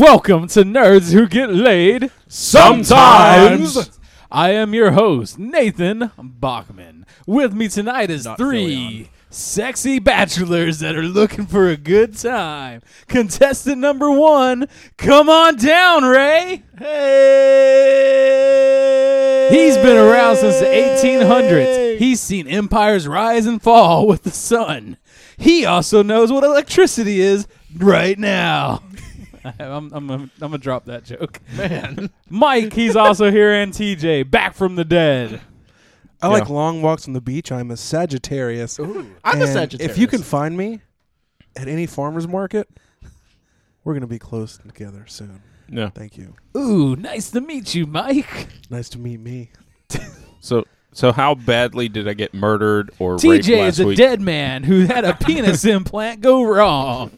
Welcome to Nerds Who Get Laid Sometimes. I am your host, Nathan Bachman. With me tonight is Not Philly three sexy bachelors that are looking for a good time. Contestant number one, come on down, Ray. Hey! He's been around since the 1800s. He's seen empires rise and fall with the sun. He also knows what electricity is right now. I'm, I'm, I'm gonna drop that joke. Man. Mike, he's also here, and TJ, back from the dead. I Yeah. like long walks on the beach. I'm a Sagittarius. I'm a And Sagittarius. If you can find me at any farmer's market, we're going to be close together soon. Yeah. Thank you. Ooh, nice to meet you, Mike. Nice to meet me. So so how badly did I get murdered or raped TJ last is a week? dead man who had a penis implant go wrong.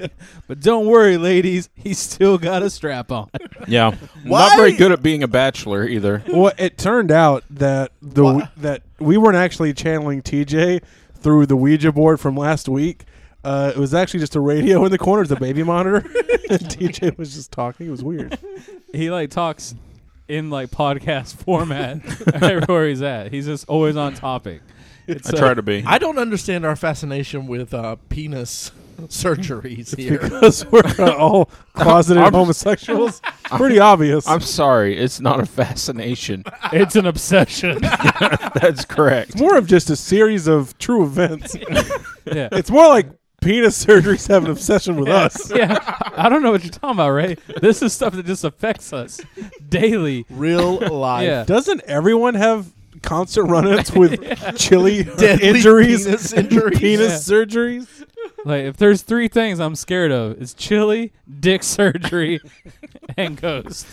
But don't worry, ladies, he's still got a strap on. yeah. Why? Not very good at being a bachelor either. well, it turned out that the that we weren't actually channeling TJ through the Ouija board from last week. Uh, it was actually just a radio in the corner, it's a baby monitor. and TJ was just talking. It was weird. He like talks in like podcast format everywhere he's at. He's just always on topic. It's I uh, try to be. I don't understand our fascination with uh, penis surgeries here. Because we're uh, all closeted I'm- homosexuals. Pretty obvious. I'm sorry, it's not a fascination. it's an obsession. That's correct. more of just a series of true events. yeah. It's more like penis surgeries have an obsession with us. yeah, I don't know what you're talking about, Ray. This is stuff that just affects us daily. Real life. Yeah. Doesn't everyone have concert run-ins with chili Deadly injuries, penis and injuries. penis surgeries? Like, if there's three things I'm scared of, it's chili, dick surgery, and ghosts.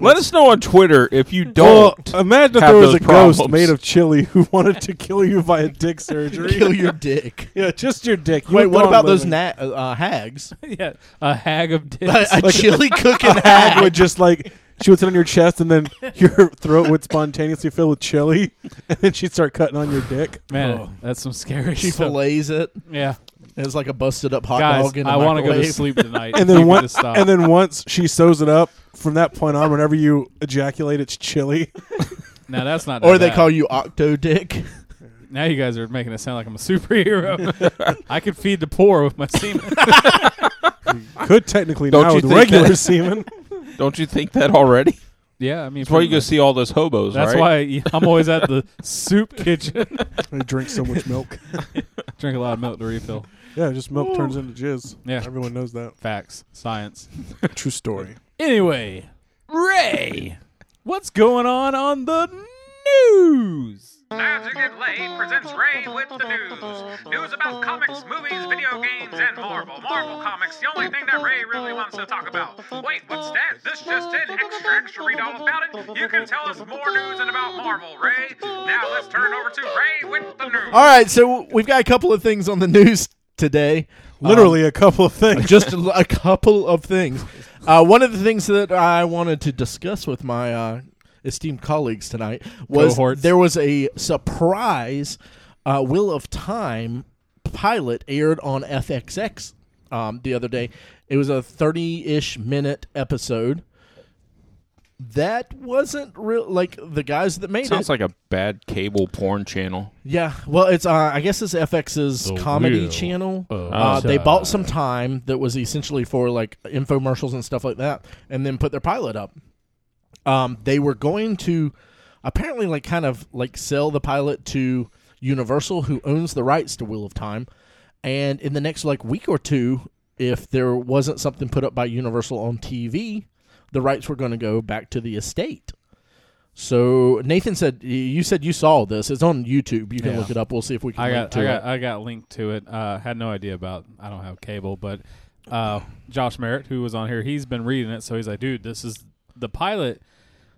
Let let's- us know on Twitter if you don't. Well, imagine if have there was those a ghost problems. made of chili who wanted to kill you via dick surgery. kill your dick. Yeah, just your dick. You Wait, would what go on about those living. na- uh, uh, hags? yeah, a hag of A, dicks. a chili cooking A hag hag. would just like she would sit on your chest and then your throat would spontaneously fill with chili, and then she'd start cutting on your dick. Man, Oh. that's some scary She stuff. fillets it. Yeah, It's like a busted up hot guys, dog in a I want to go to microwave. sleep tonight. and then You one, need to stop. and then once she sews it up, from that point on, whenever you ejaculate, it's chilly. now that's not. Or they call you Octo Dick. Now you guys are making it sound like I'm a superhero. I could feed the poor with my semen. Could technically Don't now you with think regular that- semen. Don't you think that already? yeah, I mean, That's why you pretty go much. see all those hobos, That's right? why I'm always at the soup kitchen. I drink so much milk. Drink a lot of milk to refill. Yeah, just milk turns into jizz. Yeah. everyone knows that. Facts, science. True story. Anyway, Ray, what's going on on the news? Nerds Who Get Laid presents Ray with the news. News about comics, movies, video games, and Marvel. Marvel Comics, the only thing that Ray really wants to talk about. Wait, what's that? This just in. Extra, extra, read all about it. You can tell us more news and about Marvel, Ray. Now let's turn it over to Ray with the news. All right, so we've got a couple of things on the news today. Uh, Literally a couple of things. just a a couple of things. Uh, one of the things that I wanted to discuss with my uh, esteemed colleagues tonight was Cohorts. there was a surprise uh, Wheel of Time pilot aired on FXX um, the other day. It was a 30 ish minute episode. That wasn't real. Like the guys that made Sounds it. like a bad cable porn channel. yeah. Well, it's uh, I guess it's FX's comedy Wheel channel. of Uh, they Time. bought some time that was essentially for like infomercials and stuff like that, and then put their pilot up. Um, they were going to apparently like kind of like sell the pilot to Universal, who owns the rights to Wheel of Time, and in the next like week or two, if there wasn't something put up by Universal on TV, the rights were going to go back to the estate. So Nathan said, "You said you saw this. It's on YouTube. You can Yeah. look it up. We'll see if we can I link got, to I it." got, I got linked to it. Uh, had no idea about. I don't have cable, but uh, Josh Merritt, who was on here, he's been reading it, so he's like, "Dude, this is the pilot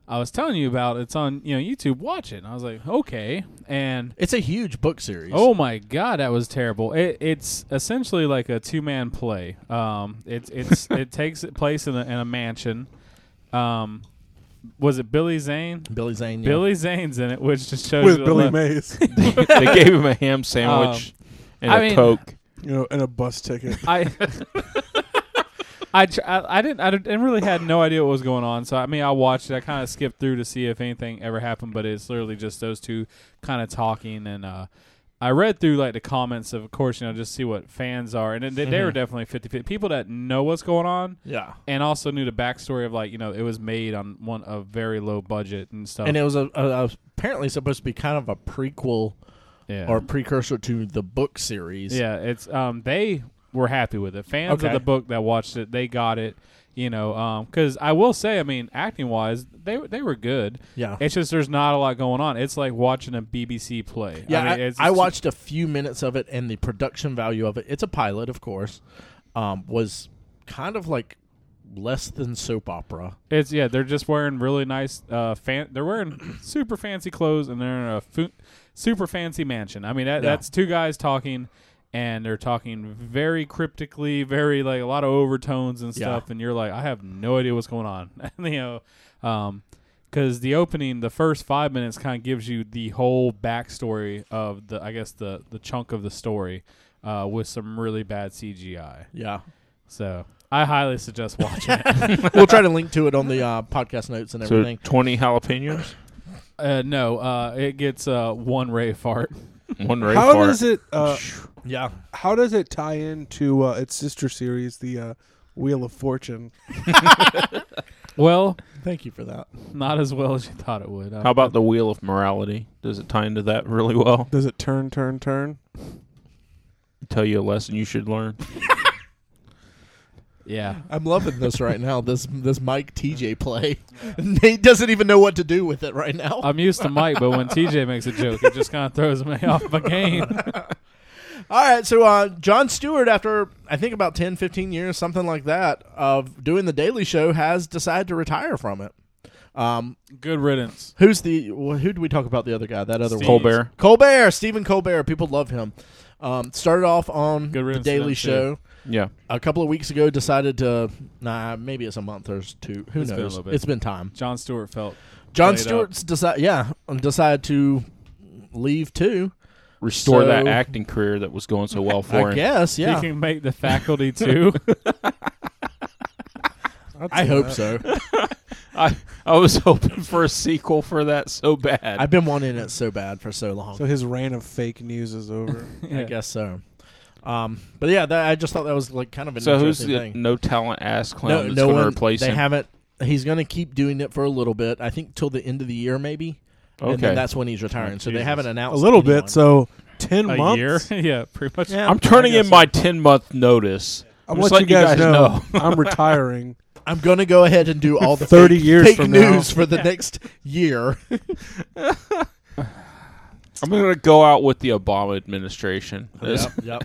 I was telling you about. It's on, you know, YouTube. Watch it." And I was like, "Okay," and It's a huge book series. Oh my god, that was terrible. It, it's essentially like a two man play. Um, it, it's it takes place in a, in a mansion. Um, was it Billy Zane? Billy Zane. yeah. Billy Zane's in it, which just shows With you Billy the- Mays, they gave him a ham sandwich and a I mean- coke. you know, and a bus ticket. I I, tr- I I didn't I didn't really had no idea what was going on. So I mean, I watched it. I kind of skipped through to see if anything ever happened, but it's literally just those two kind of talking and. uh I read through like the comments of, of course, you know, just see what fans are, and they, they were definitely 50-50. people that know what's going on, Yeah. and also knew the backstory of like you know it was made on one a very low budget and stuff. And it was a, a, a- apparently supposed to be kind of a prequel yeah. or precursor to the book series. Yeah, it's um they were happy with it. Fans of Okay. the book that watched it, they got it. You know, um, because I will say, I mean, acting wise, they they were good. Yeah. it's just there's not a lot going on. It's like watching a BBC play. Yeah, I, I, mean, it's, I watched a few minutes of it, and the production value of it. It's a pilot, of course. Um, was kind of like less than soap opera. It's yeah, they're just wearing really nice uh fan. They're wearing super fancy clothes and they're in a fu- super fancy mansion. I mean, that, Yeah. that's two guys talking, and they're talking very cryptically, very like a lot of overtones and stuff. And you're like, I have no idea what's going on. you know, um, because the opening, the first five minutes, kind of gives you the whole backstory of the, I guess the the chunk of the story, uh, with some really bad CGI. Yeah, So I highly suggest watching. it. we'll try to link to it on the uh, podcast notes and So everything. twenty jalapenos, Uh, no, uh, it gets uh, one Ray fart. one ray How fart. does it? Uh, yeah, how does it tie into uh, its sister series, the uh, Wheel of Fortune? Well, thank you for that. not as well as you thought it would. Uh, How about the wheel of morality? Does it tie into that really well? Does it turn, turn, turn? Tell you a lesson you should learn. yeah? I'm loving this right now. This this Mike TJ play. Nate doesn't even know what to do with it right now. I'm used to Mike, but when TJ makes a joke, it just kind of throws me off my game. All right, so uh, John Stewart, after I think about 10, 15 years, something like that, of doing The Daily Show, has decided to retire from it. Um, Good riddance. who's the well, who did we talk about the other guy? That other Steve. one, Colbert. Colbert, Stephen Colbert. People love him. Um, started off on Good The riddance to them, Daily too. Show. Yeah. A couple of weeks ago, decided to nah, maybe it's a month or two. Who It's been a knows? little bit. It's been time. John Stewart felt John played up. Stewart's decided, yeah, decided to leave too. Restore So- that acting career that was going so well for I him. guess, yeah. he can make the faculty too. I'd I say hope that. so. I, I was hoping for a sequel for that so bad. I've been wanting it so bad for so long. So his reign of fake news is over. Yeah. I guess so. Um, but yeah, that, I just thought that was like kind of an so who's interesting the thing. no talent ass clown that's going to replace they him? haven't. He's going to keep doing it for a little bit. I think till the end of the year, maybe. okay. And then that's when he's retiring. so they Jesus. haven't A announced little anyone. bit. So ten a months. year, yeah, pretty much. Yeah. I'm turning I in guess my 10 month notice. I I'm want just you guys, letting know I'm retiring. I'm going to go ahead and do all the 30 fake, years fake from now. news for the next year. I'm going to go out with the Obama administration. This- yep.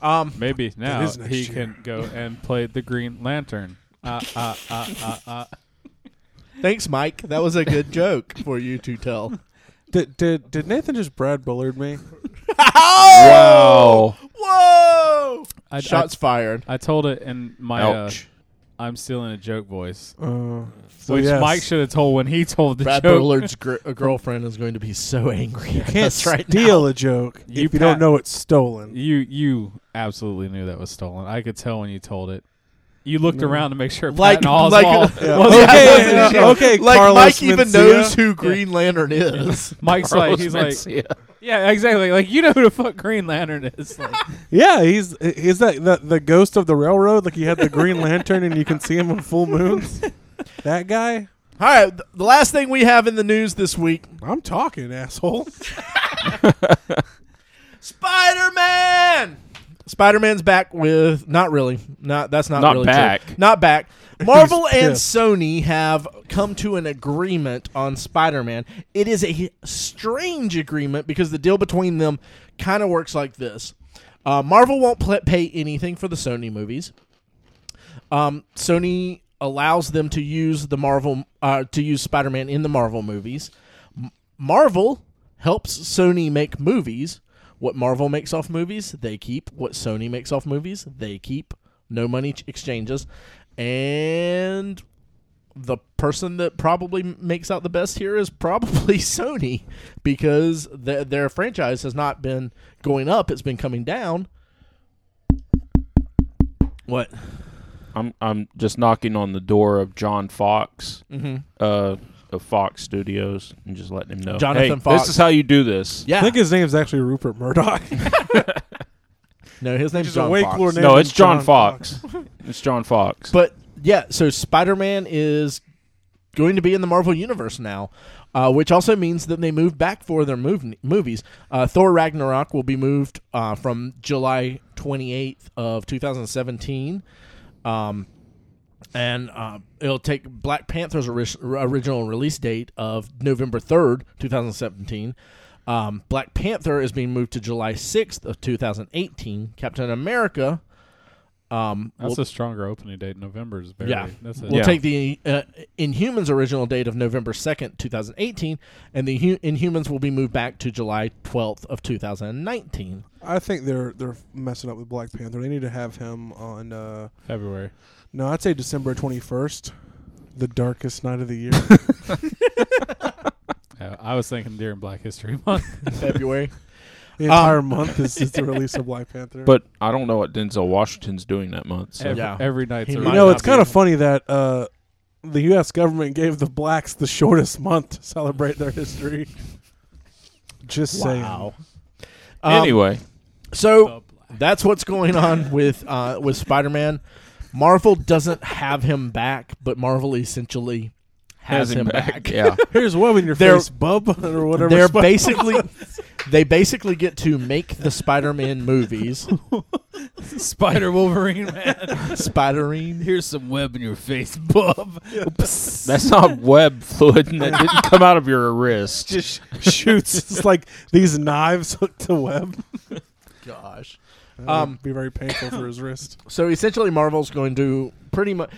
Um, Maybe now is next he year. can go and play the Green Lantern. Uh, uh, uh, uh, uh. thanks, Mike. That was a good joke for you to tell. Did, did did Nathan just Brad Bullard me? Oh! Wow. Whoa! I, Shots fired. I, I told it in my uh, Ouch. I'm still in a joke voice, Uh, so which yes. Mike should have told when he told the Brad joke. Bullard's gr- uh, girlfriend is going to be so angry at can't us right now. steal a joke You if you don't pat- know it's stolen. You you absolutely knew that was stolen. I could tell when you told it. You looked around to make sure Like- Patton Oswalt like- Yeah. was- Okay, wasn't- uh, okay, like Carlos Mike even Mencia. knows who Green Lantern is. Mike's like he's like Mencia. yeah exactly like you know who the fuck Green Lantern is. Like, Yeah, he's is that the, the ghost of the railroad? Like he had the Green Lantern, and you can see him on full moons. That guy. All right, th- the last thing we have in the news this week: I'm talking, asshole. Spider Man. Spider Man's back with not really, not that's not, Not really true. back. not back. Marvel He's and pissed. Sony have come to an agreement on Spider Man. It is a strange agreement because the deal between them kind of works like this: uh, Marvel won't pl- pay anything for the Sony movies. um, Sony allows them to use the Marvel uh, to use Spider-Man in the Marvel movies. M- Marvel helps Sony make movies. What Marvel makes off movies, they keep. What Sony makes off movies, they keep. No money ch- exchanges, and the person that probably m- makes out the best here is probably Sony because th- their franchise has not been going up; it's been coming down. What? I'm I'm just knocking on the door of John Fox, Mm-hmm. uh, of Fox Studios, and just letting him know, Jonathan hey, Fox. This is how you do this. Yeah. I think his name's actually Rupert Murdoch. no, his name's is a John way Fox. cooler name. No, it's John, John Fox. it's John Fox. But yeah, so Spider Man is going to be in the Marvel Universe now, uh, which also means that they moved back for their mov- movies. Uh, Thor Ragnarok will be moved uh, from July 28th of 2017. Um, and uh, it'll take Black Panther's ori- original release date of November 3rd, 2017. Um, Black Panther is being moved to July 6th of 2018. Captain America um, will- That's a stronger opening date. November is barely. yeah. That's a, We'll take the uh, Inhumans original date of November 2nd, 2018, and the Hu- Inhumans will be moved back to July 12th of 2019. I think they're they're messing up with Black Panther. They need to have him on. Uh, February. no, I'd say December twenty first, the darkest night of the year. Yeah, I was thinking during Black History Month. February. the entire month is, is the release of Black Panther. But I don't know what Denzel Washington's doing that month. So. every, Yeah. every night's He a might you riot. know, not it's be kind of able- funny that uh, the U.S. government gave the blacks the shortest month to celebrate their history. Just saying. Wow. Um, anyway, So that's what's going on with uh, with Spider Man. Marvel doesn't have him back, but Marvel essentially has, him back. Yeah, Here's what in your They're- face, bub, or whatever. They're Spi- basically they basically get to make the Spider Man movies. Spider Wolverine, man. Spidering. Here's some web in your face, bub. Psst. that's not web fluid and that didn't come out of your wrist. just shoots. It's like these knives hooked to web. Gosh. Um, Um, be very painful for his wrist. So essentially, Marvel's going to pretty much.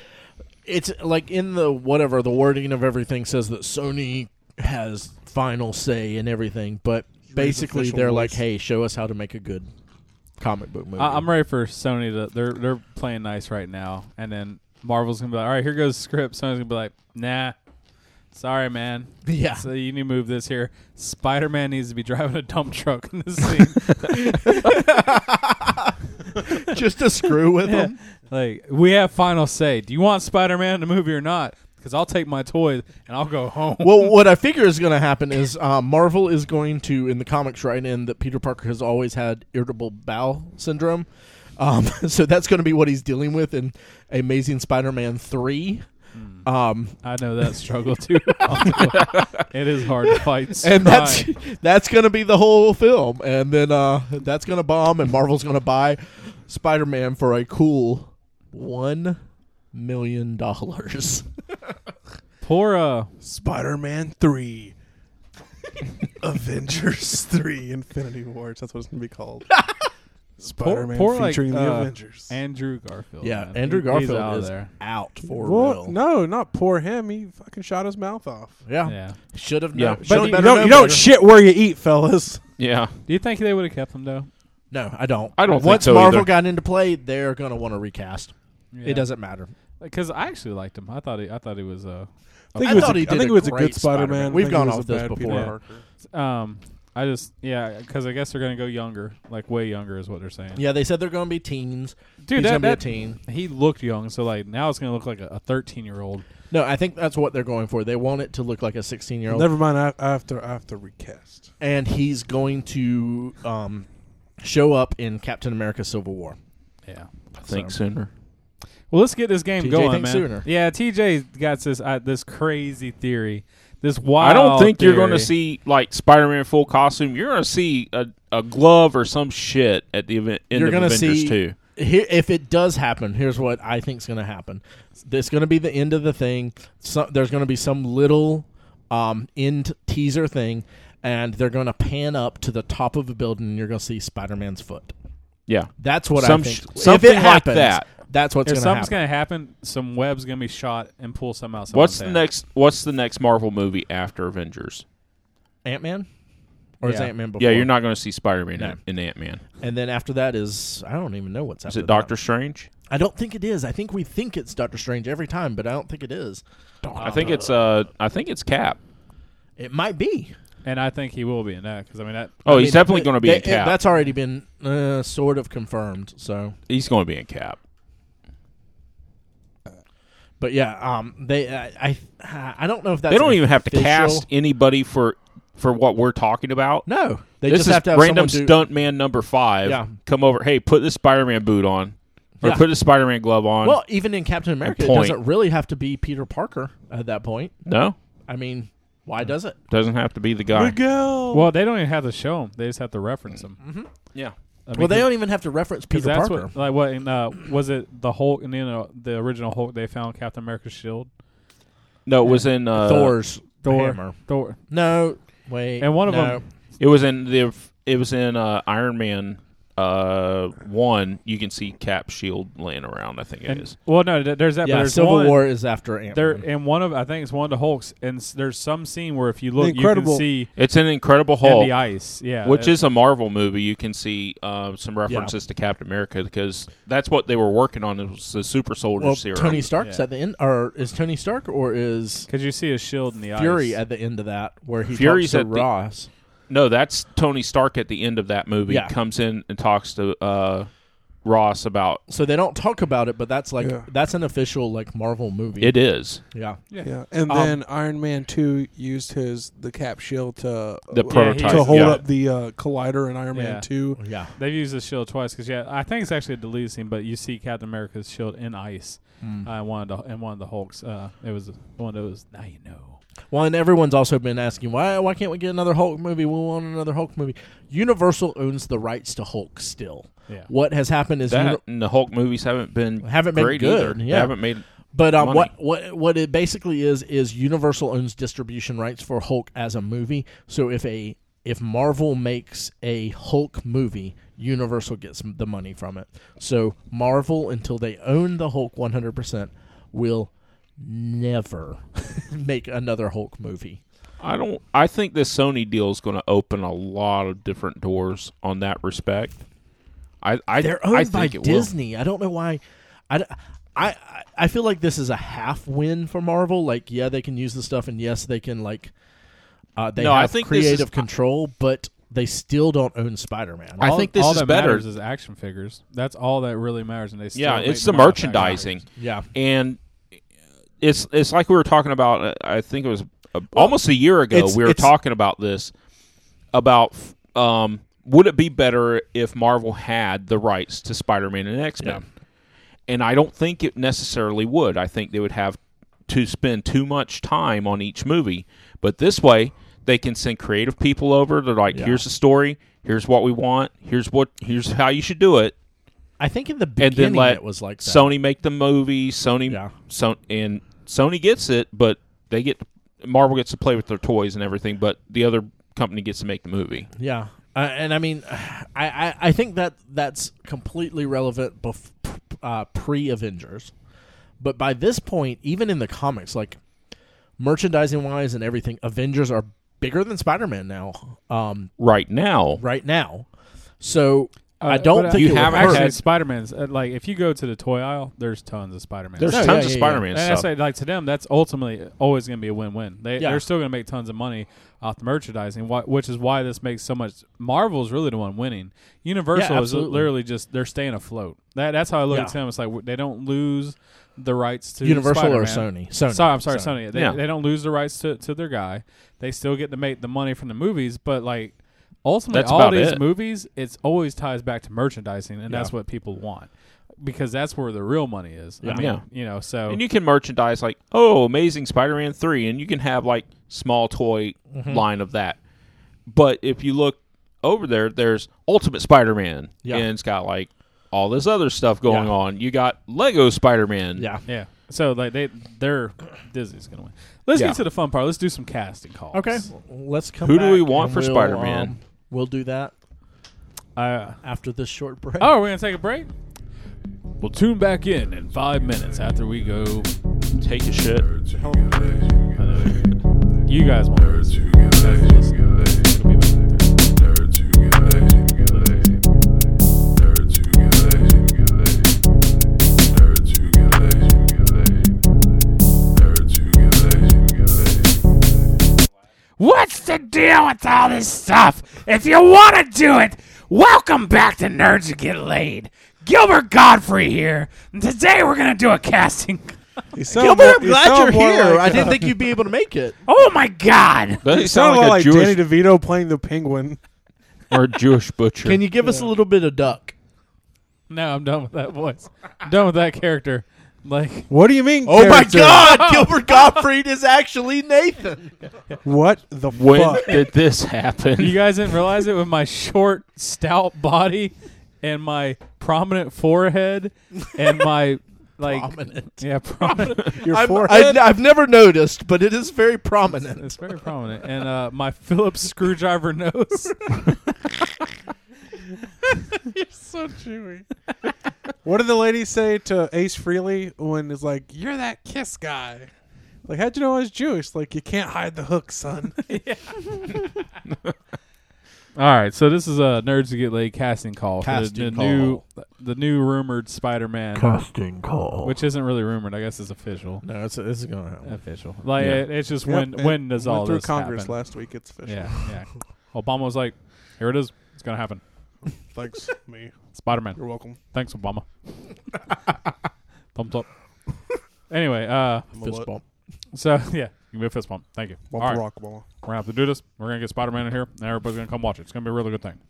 It's like in the whatever the wording of everything says that Sony has final say in everything, but basically official they're voice. like, "Hey, show us how to make a good comic book movie." I, I'm ready for Sony to. They're they're playing nice right now, and then Marvel's gonna be like, all right, here goes the script. Sony's gonna be like, nah, sorry, man. yeah, So you need to move this here. Spider Man needs to be driving a dump truck in this scene. just to screw with them. like we have final say. Do you want Spider Man in the movie or not? Because I'll take my toys and I'll go home. Well, what I figure is going to happen is uh, Marvel is going to, in the comics, right in that Peter Parker has always had irritable bowel syndrome. Um, so that's going to be what he's dealing with in Amazing Spider-Man three. Hmm. Um, I know that struggle too. it is hard to fight. and that's crime. that's gonna be the whole film and then uh that's gonna bomb and marvel's gonna buy spider-man for a cool one million dollars poor. Uh, Spider-Man three, Avengers three, Infinity Wars. That's what it's gonna be called. Spider-Man poor, poor, featuring like, the uh, Avengers. Andrew Garfield. yeah man. andrew He- he's garfield out of is there. Oh, out for Well, real no, not poor him. He fucking shot his mouth off. yeah, Yeah. should have Yeah. known But should have you better don't, known you don't better. shit where you eat, fellas. Yeah, Do you think they would have kept him though? no i don't I don't think once so marvel either. got into play they're gonna want to recast Yeah. it doesn't matter because I actually liked him. I thought he. I thought he was. Uh, I think I it was, thought a, he I did think a it was a great good Spider-Man. Spider-Man. I think We've it gone was a off this bad Peter before. Parker. um, I just yeah, because I guess they're gonna go younger, like way younger is what they're saying. yeah they said they're gonna be teens dude, He's that, gonna be a that- teen. He looked young, so like now it's gonna look like a thirteen-year-old. no i think that's what they're going for they want it to look like a 16 year old Never mind. I, I have to. I have to recast. and he's going to um, show up in Captain America: Civil War. Yeah, I think sooner. Well, let's get this game TJ going, thinks man. sooner. Yeah, TJ got this uh, this crazy theory, this wild. I don't think you're theory. going to see like Spider-Man full costume. You're going to see a, a glove or some shit at the event. End You're of going to Avengers see two. Here, if it does happen. Here's what I think's going to happen. It's going to be the end of the thing. So, there's going to be some little um, end teaser thing, and they're going to pan up to the top of a building, and you're going to see Spider-Man's foot. Yeah, That's what Some I think. sh- if something it like happens, that. that's what's If going to something's happen. gonna happen, some web's gonna be shot and pull some out. someone's What's the hand. next? What's the next Marvel movie after Avengers? Ant-Man, or is Yeah. Ant-Man before? Yeah, you're not going to see Spider-Man No. in- in Ant-Man. And then after that is I don't even know what's Is after it that. Doctor Strange? I don't think it is. I think we think it's Doctor Strange every time, but I don't think it is. I think it's uh, I think it's Cap. It might be. And I think he will be in that because I mean that. Oh, I he's mean, definitely it- going to be they- in Cap. That's already been uh, sort of confirmed. So he's going to be in Cap. But yeah, um, they I I, I don't know if that's They don't even have to official- cast anybody for for what we're talking about. No, they this just is have to have random someone do- stunt man number five. Yeah. Come over. Hey, put this Spider Man boot on, or Yeah. put the Spider Man glove on. Well, even in Captain America, it point. doesn't really have to be Peter Parker at that point. no, I mean, why does it? doesn't have to be the guy. Miguel. Well, they don't even have to show them; they just have to reference them. Yeah. well, they don't even have to reference Peter Because that's Parker. what, like, what in, uh, was it? The Hulk, and then uh, the original Hulk, they found Captain America's shield, No, it was in uh, Thor's Thor, hammer. Thor, No, wait. and one of no. them. It was in the. It was in uh, Iron Man uh, one. You can see Cap shield laying around. I think it is. And, well, no, th- there's that. but Yeah, there's Civil one- War is after Ant. There and one of I think it's one of the Hulks, and s- there's some scene where if you look, Incredible. you can see It's an Incredible in Hulk, the ice. Yeah, which uh, is a Marvel movie. You can see uh, some references to Captain America because that's what they were working on. It was the Super Soldier Well, serum. Tony Stark's Yeah. at the end, or is Tony Stark, or is Because you see a shield in the Fury ice. at the end of that, where he Fury's Fury's talks at to the- Ross? no, that's Tony Stark at the end of that movie. Yeah. comes in and talks to uh, Ross about So they don't talk about it, but that's like Yeah. that's an official like Marvel movie. it is yeah, yeah, and Um, then Iron Man two used his the cap shield to uh, the he- prototype. to hold yeah. up the uh, collider in Iron Yeah. Man two. yeah. They've used the shield twice because yeah, I think it's actually a deleted scene, but you see Captain America's shield in ice. Hmm. I uh, in one of the in one of the Hulks. Uh, it was one of those. Now you know. Well, and everyone's also been asking why why can't we get another Hulk movie? We want another Hulk movie. Universal owns the rights to Hulk still. Yeah. What has happened is, That uni- and the Hulk movies haven't been Haven't been great good, either. They yeah. haven't made but um, money. what what what it basically is is Universal owns distribution rights for Hulk as a movie. So if a if Marvel makes a Hulk movie, Universal gets the money from it. So Marvel, until they own the Hulk one hundred percent, will never make another Hulk movie. I don't. I think this Sony deal is going to open a lot of different doors on that respect. I, I They're owned I by think it will. Disney. I don't know why. I, d- I, I- I feel like this is a half win for Marvel. Like, yeah, they can use the stuff, and yes, they can like uh, they No, I have think this is- creative control, but they still don't own Spider Man. I All- think this all is that better. matters is action figures. That's all that really matters, and they still Yeah, make it's the money off action merchandising, figures. Yeah, and it's it's like we were talking about. uh, I think it was uh almost a year ago. it's- We were it's- talking about this about f- um, would it be better if Marvel had the rights to Spider Man and X Men? And I don't think it necessarily would. I think they would have to spend too much time on each movie. But this way, they can send creative people over. They're like, here's the story. Here's what we want. Here's what. Here's how you should do it I think in the and beginning then let it was like that. Sony make the movie. Sony, Yeah. so, and Sony gets it, but they get Marvel gets to play with their toys and everything, but the other company gets to make the movie. Yeah, uh, and I mean, I, I I think that that's completely relevant bef- uh, pre Avengers, but by this point, even in the comics, like merchandising wise and everything, Avengers are bigger than Spider Man now. Um, Right now, right now, so Uh, I don't but think you it would have hurt. actually- Actually, Spider Man's uh, like if you go to the toy aisle, there's tons of Spider Man. there's No, tons Oh, yeah, of yeah, yeah. Spider-Man And I stuff. say, like to them, that's ultimately always going to be a win-win. They Yeah. they're still going to make tons of money off the merchandising, wh- which is why this makes so much. Marvel's really the one winning. Universal Yeah, is absolutely. literally just they're staying afloat. That that's how I look Yeah. at them. It's like w- they don't lose the rights to Universal or Spider-Man. Sony? Sony. Sorry, I'm sorry, Sony. They, Yeah. they don't lose the rights to, to their guy. They still get to make the money from the movies, but like ultimately, That's all about these it. movies, it's always ties back to merchandising, and that's what people want because that's where the real money is. I mean, Yeah. you know, so And you can merchandise like, oh, Amazing Spider-Man three, and you can have like small toy Mm-hmm. line of that. But if you look over there, there's Ultimate Spider-Man, Yeah. and it's got like all this other stuff going Yeah. on. You got Lego Spider-Man, Yeah. Yeah. So like they they're Disney's gonna win. Let's Yeah. get to the fun part. Let's do some casting calls. Okay, let's come. Who do we back want and for we'll, Spider-Man? um, we'll do that Uh, after this short break. oh, we're gonna take a break. We'll tune back in in five minutes after we go. Take a shit. You guys want this. What's the deal with all this stuff? If you want to do it, welcome back to Nerds Who Get Laid. Gilbert Godfrey here. And today we're going to do a casting. He sounded Gilbert, I'm more- he glad sounded you're more here. like, I didn't think you'd be able to make it. Oh my god! Doesn't he He sounded sound more like a like, Jewish Danny DeVito playing the penguin. or a Jewish butcher? Can you give us a little bit of duck? No, I'm done with that voice. I'm done with that character. Like, What do you mean? Oh my character? God! Gilbert Gottfried is actually Nathan. What the when fuck? did this happen? you guys didn't realize it with my short, stout body and my prominent forehead and my like Prominent. yeah, prominent. Your I'm- forehead. I, have never noticed, but it is very prominent. It's very prominent. And uh, my Phillips screwdriver nose. what did the lady say to Ace Freely when it's like, "You're that kiss guy"? Like, how'd you know I was Jewish? Like, you can't hide the hook, son. All right, so this is a uh, nerds to get laid casting call for the, Casting the new the new rumored Spider-Man, Casting call. which isn't really rumored. I guess it's official. no, it's, this is going to happen. Official. Like Yeah. it, it's just when Yep, it when does went all through this Congress happen? last week? It's official. Yeah, yeah. Obama was like, "Here it is. It's gonna happen." Thanks, me. Spider-Man. You're welcome. Thanks, Obama. Thumbs up. anyway, uh, Fist bump. so yeah, you can be a fist bump. Thank you. Bump all right. rock ball. we're gonna have to do this. We're gonna get Spider Man in here, and everybody's gonna come watch it. It's gonna be a really good thing.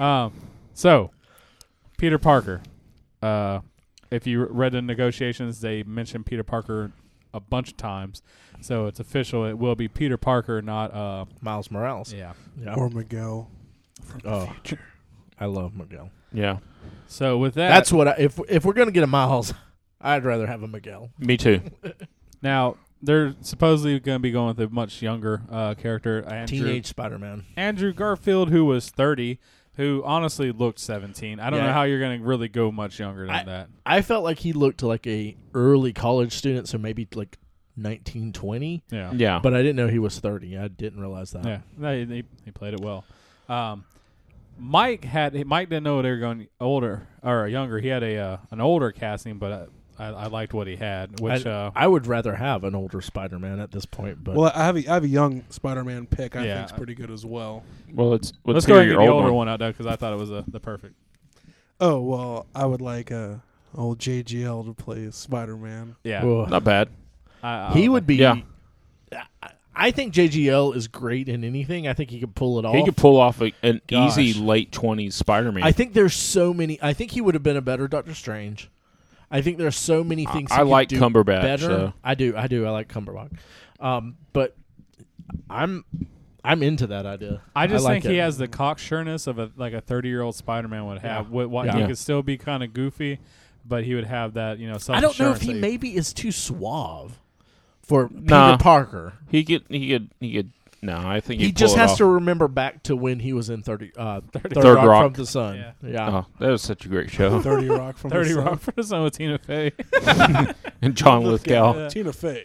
um, so, Peter Parker. Uh, if you read the negotiations, they mentioned Peter Parker a bunch of times, so it's official. It will be Peter Parker, not uh, Miles Morales. yeah. Yeah. Or Miguel. Oh. I love Miguel. yeah, So with that, That's what I, if if we're going to get a Miles, I'd rather have a Miguel. me too. now they're supposedly gonna be going with a much younger uh, character, Andrew Teenage Spider-Man. Andrew Garfield, who was thirty. Who honestly looked seventeen? I don't Yeah. know how you're going to really go much younger than I- that. I felt like he looked like a early college student, so maybe like 1920, Yeah, Yeah, but I didn't know he was 30. I didn't realize that. Yeah, they, they, they played it well. Um, Mike had Mike didn't know they were going older or younger. He had a uh, an older casting, but uh, I, I, I liked what he had. Which I, uh, I would rather have an older Spider-Man at this point, but Well, I have a, I have a young Spider-Man pick. I Yeah. think's pretty good as well. well, it's let's go ahead and get the older one, out there because I thought it was uh, the perfect. Oh well, I would like uh, old JGL to play Spider-Man. Yeah, Ugh. Not bad. I, I he don't would be. Yeah. I- I think JGL is great in anything. I think he could pull it off. He could pull off a, an Oh. Gosh. easy late twenties Spider-Man. I think there's so many. I think he would have been a better Doctor Strange. I think there's so many things. I he could like do Cumberbatch, Better. so. I do. I do. I like Cumberbatch. Um, but I'm I'm into that idea. I just like think he it. has the cocksureness of a like a thirty year old Spider Man would have. Yeah. What, what, He Yeah. could still be kind of goofy, but he would have that you know. I don't know if he self-assurance that maybe is too suave for Nah. Peter Parker. he could. He could. He could. No, I think He he'd just pull it has off. to remember back to when he was in thirty uh, Third, Third Rock, Rock. from the Sun. Yeah. Yeah. Oh, that was such a great show. Thirty Rock from Thirty the Rock for some with Tina Fey, and John South. Lithgow. Yeah. Tina Fey,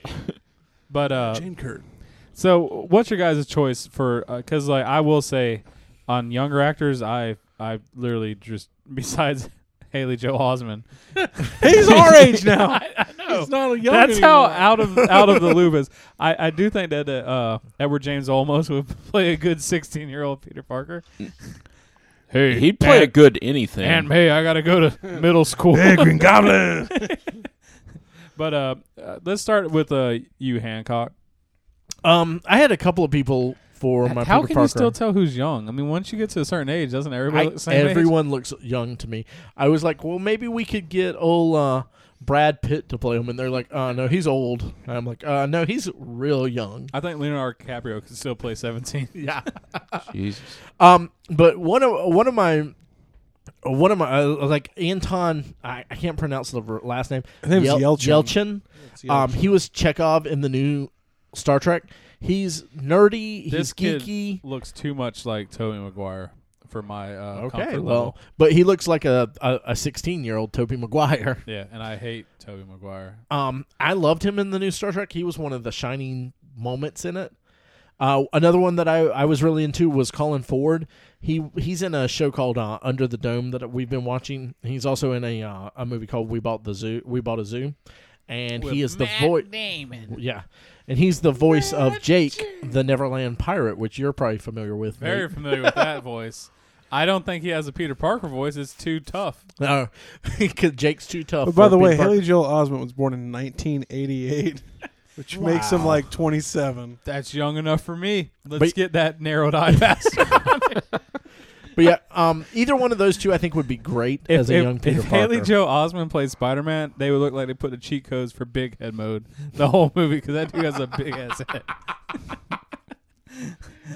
but uh, Jane Curtin. So, what's your guys' choice for? Because, like, I will say, on younger actors, I I literally just besides Haley Joe Osmond, He's our age now. I, I know He's not a young. that's anymore. how out of out of the loop is. I, I do think that uh, uh, Edward James Olmos would play a good sixteen year old Peter Parker. Hey, He'd play a Aunt, good anything. Aunt May, I gotta go to middle school. Green Goblin. but uh, uh, let's start with uh, you Hancock. Um, I had a couple of people for my How Peter can Parker. you still tell who's young? I mean, once you get to a certain age, doesn't everybody I- look the same age? everyone looks young to me. I was like, well, maybe we could get old uh, Brad Pitt to play him, and they're like, uh, no, he's old. And I'm like, uh, no, he's real young. I think Leonardo DiCaprio could still play 17. Yeah. Jesus. Um, but one of one of my one of my uh, like Anton, I, I can't pronounce the ver- last name. His name's Yelchin. Yelchin. Um, he was Chekhov in the new Star Trek. He's nerdy. He's This kid- geeky. Looks too much like Tobey Maguire for my uh, Okay, comfort well, level. but he looks like a a, a 16 year old Toby Maguire. Yeah, and I hate Tobey Maguire. Um, I loved him in the new Star Trek. He was one of the shining moments in it. Uh, another one that I, I was really into was Colin Ford. He he's in a show called uh, Under the Dome that we've been watching. He's also in a uh, a movie called We Bought the Zoo. We Bought a Zoo, and he is the voice. Yeah, and he's the voice of Jake, the Neverland pirate, which you're probably familiar with. Very Nate. familiar with that voice. I don't think he has a Peter Parker voice. It's too tough. No, Uh, 'Cause Jake's too tough. But Oh, by for the way, Peter Parker. Haley Joel Osment was born in 1988, which makes him like 27. That's young enough for me. Let's But- get that narrowed eye faster. But yeah, um, either one of those two, I think, would be great as a young Peter if Parker. Haley Joe Osmond played Spider Man, they would look like they put the cheat codes for big head mode the whole movie because that dude has a big ass head.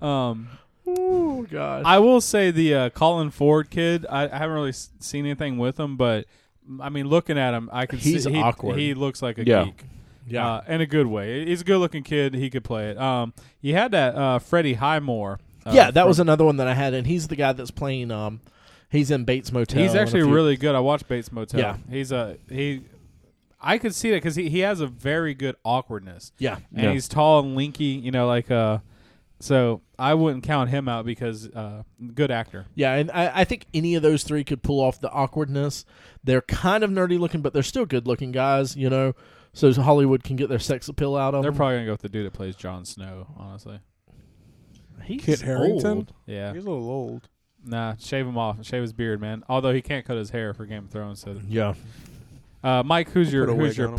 um, oh god, I will say the uh, Colin Ford kid. I, I haven't really s- seen anything with him, but I mean, looking at him, I can He's see he, awkward. He looks like a Yeah. geek. yeah, uh, in a good way. He's a good-looking kid. He could play it. Um, he had that uh, Freddie Highmore. Uh, yeah. That from- was another one that I had, and he's the guy that's playing. Um, he's in Bates Motel. He's and a actually few- really good. I watched Bates Motel. Yeah. He's a he. I could see that because he, he has a very good awkwardness. yeah. and Yeah. he's tall and linky. You know, like uh, so I wouldn't count him out because uh, good actor. Yeah, and I, I think any of those three could pull off the awkwardness. They're kind of nerdy looking, but they're still good looking guys, you know. So Hollywood can get their sex appeal out of They're them. probably gonna go with the dude that plays Jon Snow. Honestly, He's Kit Harington? old. yeah. He's a little old. Nah, shave him off. Shave his beard, man. Although he can't cut his hair for Game of Thrones. So, Yeah, uh, Mike, who's your put a who's wig your on him.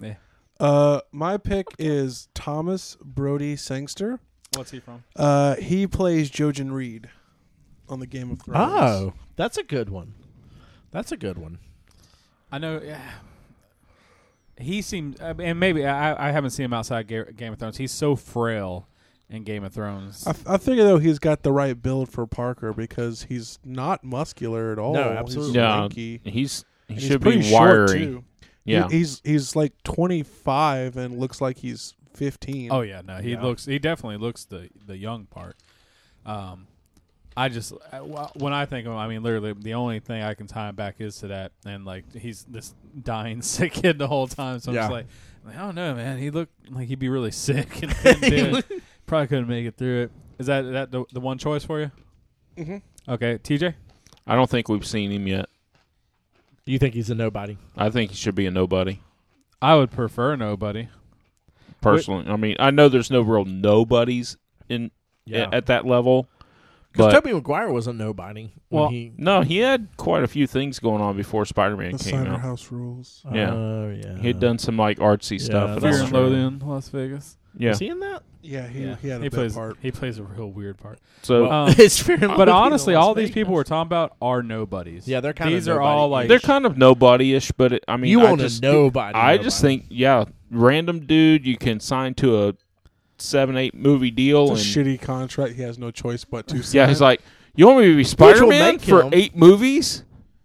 pick? Uh, my pick is Thomas Brody Sangster. What's he from? Uh, he plays Jojen Reed on the Game of Thrones. Oh, that's a good one. That's a good one. I know. Yeah. He seems, I mean, and maybe I, I haven't seen him outside Ga- Game of Thrones. He's so frail in Game of Thrones. I, I figure though he's got the right build for Parker because he's not muscular at all. No, absolutely. He's Yeah, lanky. he's he And he's should pretty be short, wiry. too. Yeah, He- he's he's like 25 and looks like he's 15. oh yeah, no, he Yeah. looks. He definitely looks the the young part. Um, I just I- wh- when I think of him, I mean, literally the only thing I can tie him back is to that, and like he's this dying sick kid the whole time. So I'm just Yeah. like, I don't know, man. He looked like he'd be really sick and couldn't do it. probably couldn't make it through it. Is that that the, the one choice for you? Mhm. Okay, TJ. I don't think we've seen him yet. You think he's a nobody? I think he should be a nobody. I would prefer nobody. Personally, I mean, I know there's no real nobodies in Yeah. at that level, but Because Toby Maguire was a nobody. when Well, he, no, he had quite a few things going on before Spider-Man the uh, came cider out. house rules. yeah. Oh, yeah. He had done some like artsy Yeah, stuff. and Fear all and that. Loathing, Las Vegas. Yeah. Is he in that? Yeah, he, he had a bit plays. part. He plays a real weird part. So Um, it's Fear and But Loathing in honestly, Las all these Vegas. people we're talking about are nobodies. Yeah, they're kinda These are all like nobody-ish. they're kind of nobody-ish, but it, I mean, you I want just, a nobody. I just nobody. think, yeah, random dude you can sign to a seven, eight movie deal, It's a and shitty contract. He has no choice but to sign. yeah, he's like, you want me to be will Spider-Man make for him- eight movies?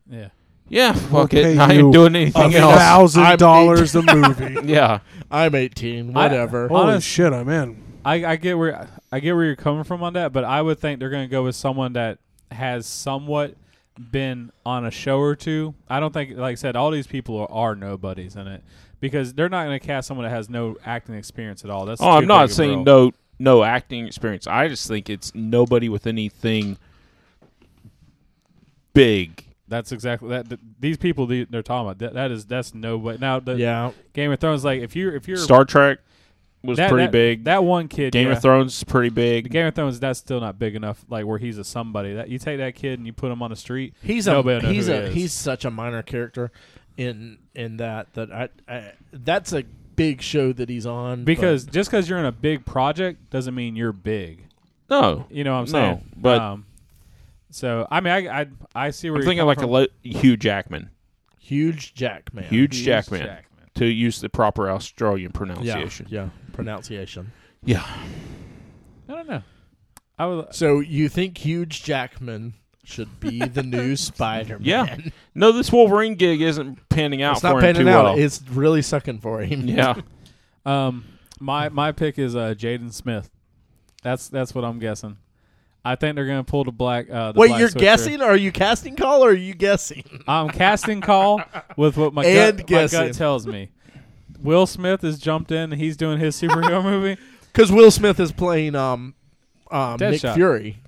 yeah. Yeah, fuck pay it, I you ain't doing anything a else. thousand I'm dollars a movie. Yeah, I'm 18. Whatever. I- Holy Honest- shit, I'm in. I, I get where I get where you're coming from on that, but I would think they're going to go with someone that has somewhat been on a show or two. I don't think, like I said, all these people are, are nobodies in it because they're not going to cast someone that has no acting experience at all. That's Oh, I'm too big not of a saying role. no no acting experience. I just think it's nobody with anything big. That's exactly that. th- these people the- they're talking about that, that is that's nobody. Now the yeah. Game of Thrones, like if you're if you're Star Trek was that- pretty that- big. That one kid, Game yeah. of Thrones is pretty The big. Game of Thrones, that's still not big enough. Like where he's a somebody. That you take that kid and you put him on the street. He's nobody will a know he's who a he is. he's such a minor character in in that that I, I that's a big show that he's on but- because just because you're in a big project doesn't mean you're big. No, You know what I'm No, saying? but- um, so I mean, I I, I see where I'm you're thinking coming like a from. lo- Hugh Jackman. huge Jack man Huge Hugh Jackman, Jackman. To use the proper Australian yeah pronunciation. yeah pronunciation. Yeah. I don't know. I would. So you think huge Jackman should be the new Spider Man? Yeah. No, this Wolverine gig isn't panning out it's for not him panning too out. well. It's really sucking for him. yeah. Um, my my pick is uh Jaden Smith. That's that's what I'm guessing. I think they're gonna pull the black. Uh, the Wait, black you're switcher. guessing? Are you casting call or are you guessing? I'm casting call with what my gut, And my guessing. gut tells me. Will Smith has jumped in. He's doing his superhero movie. Because Will Smith is playing um, um Nick Deadshot. Fury.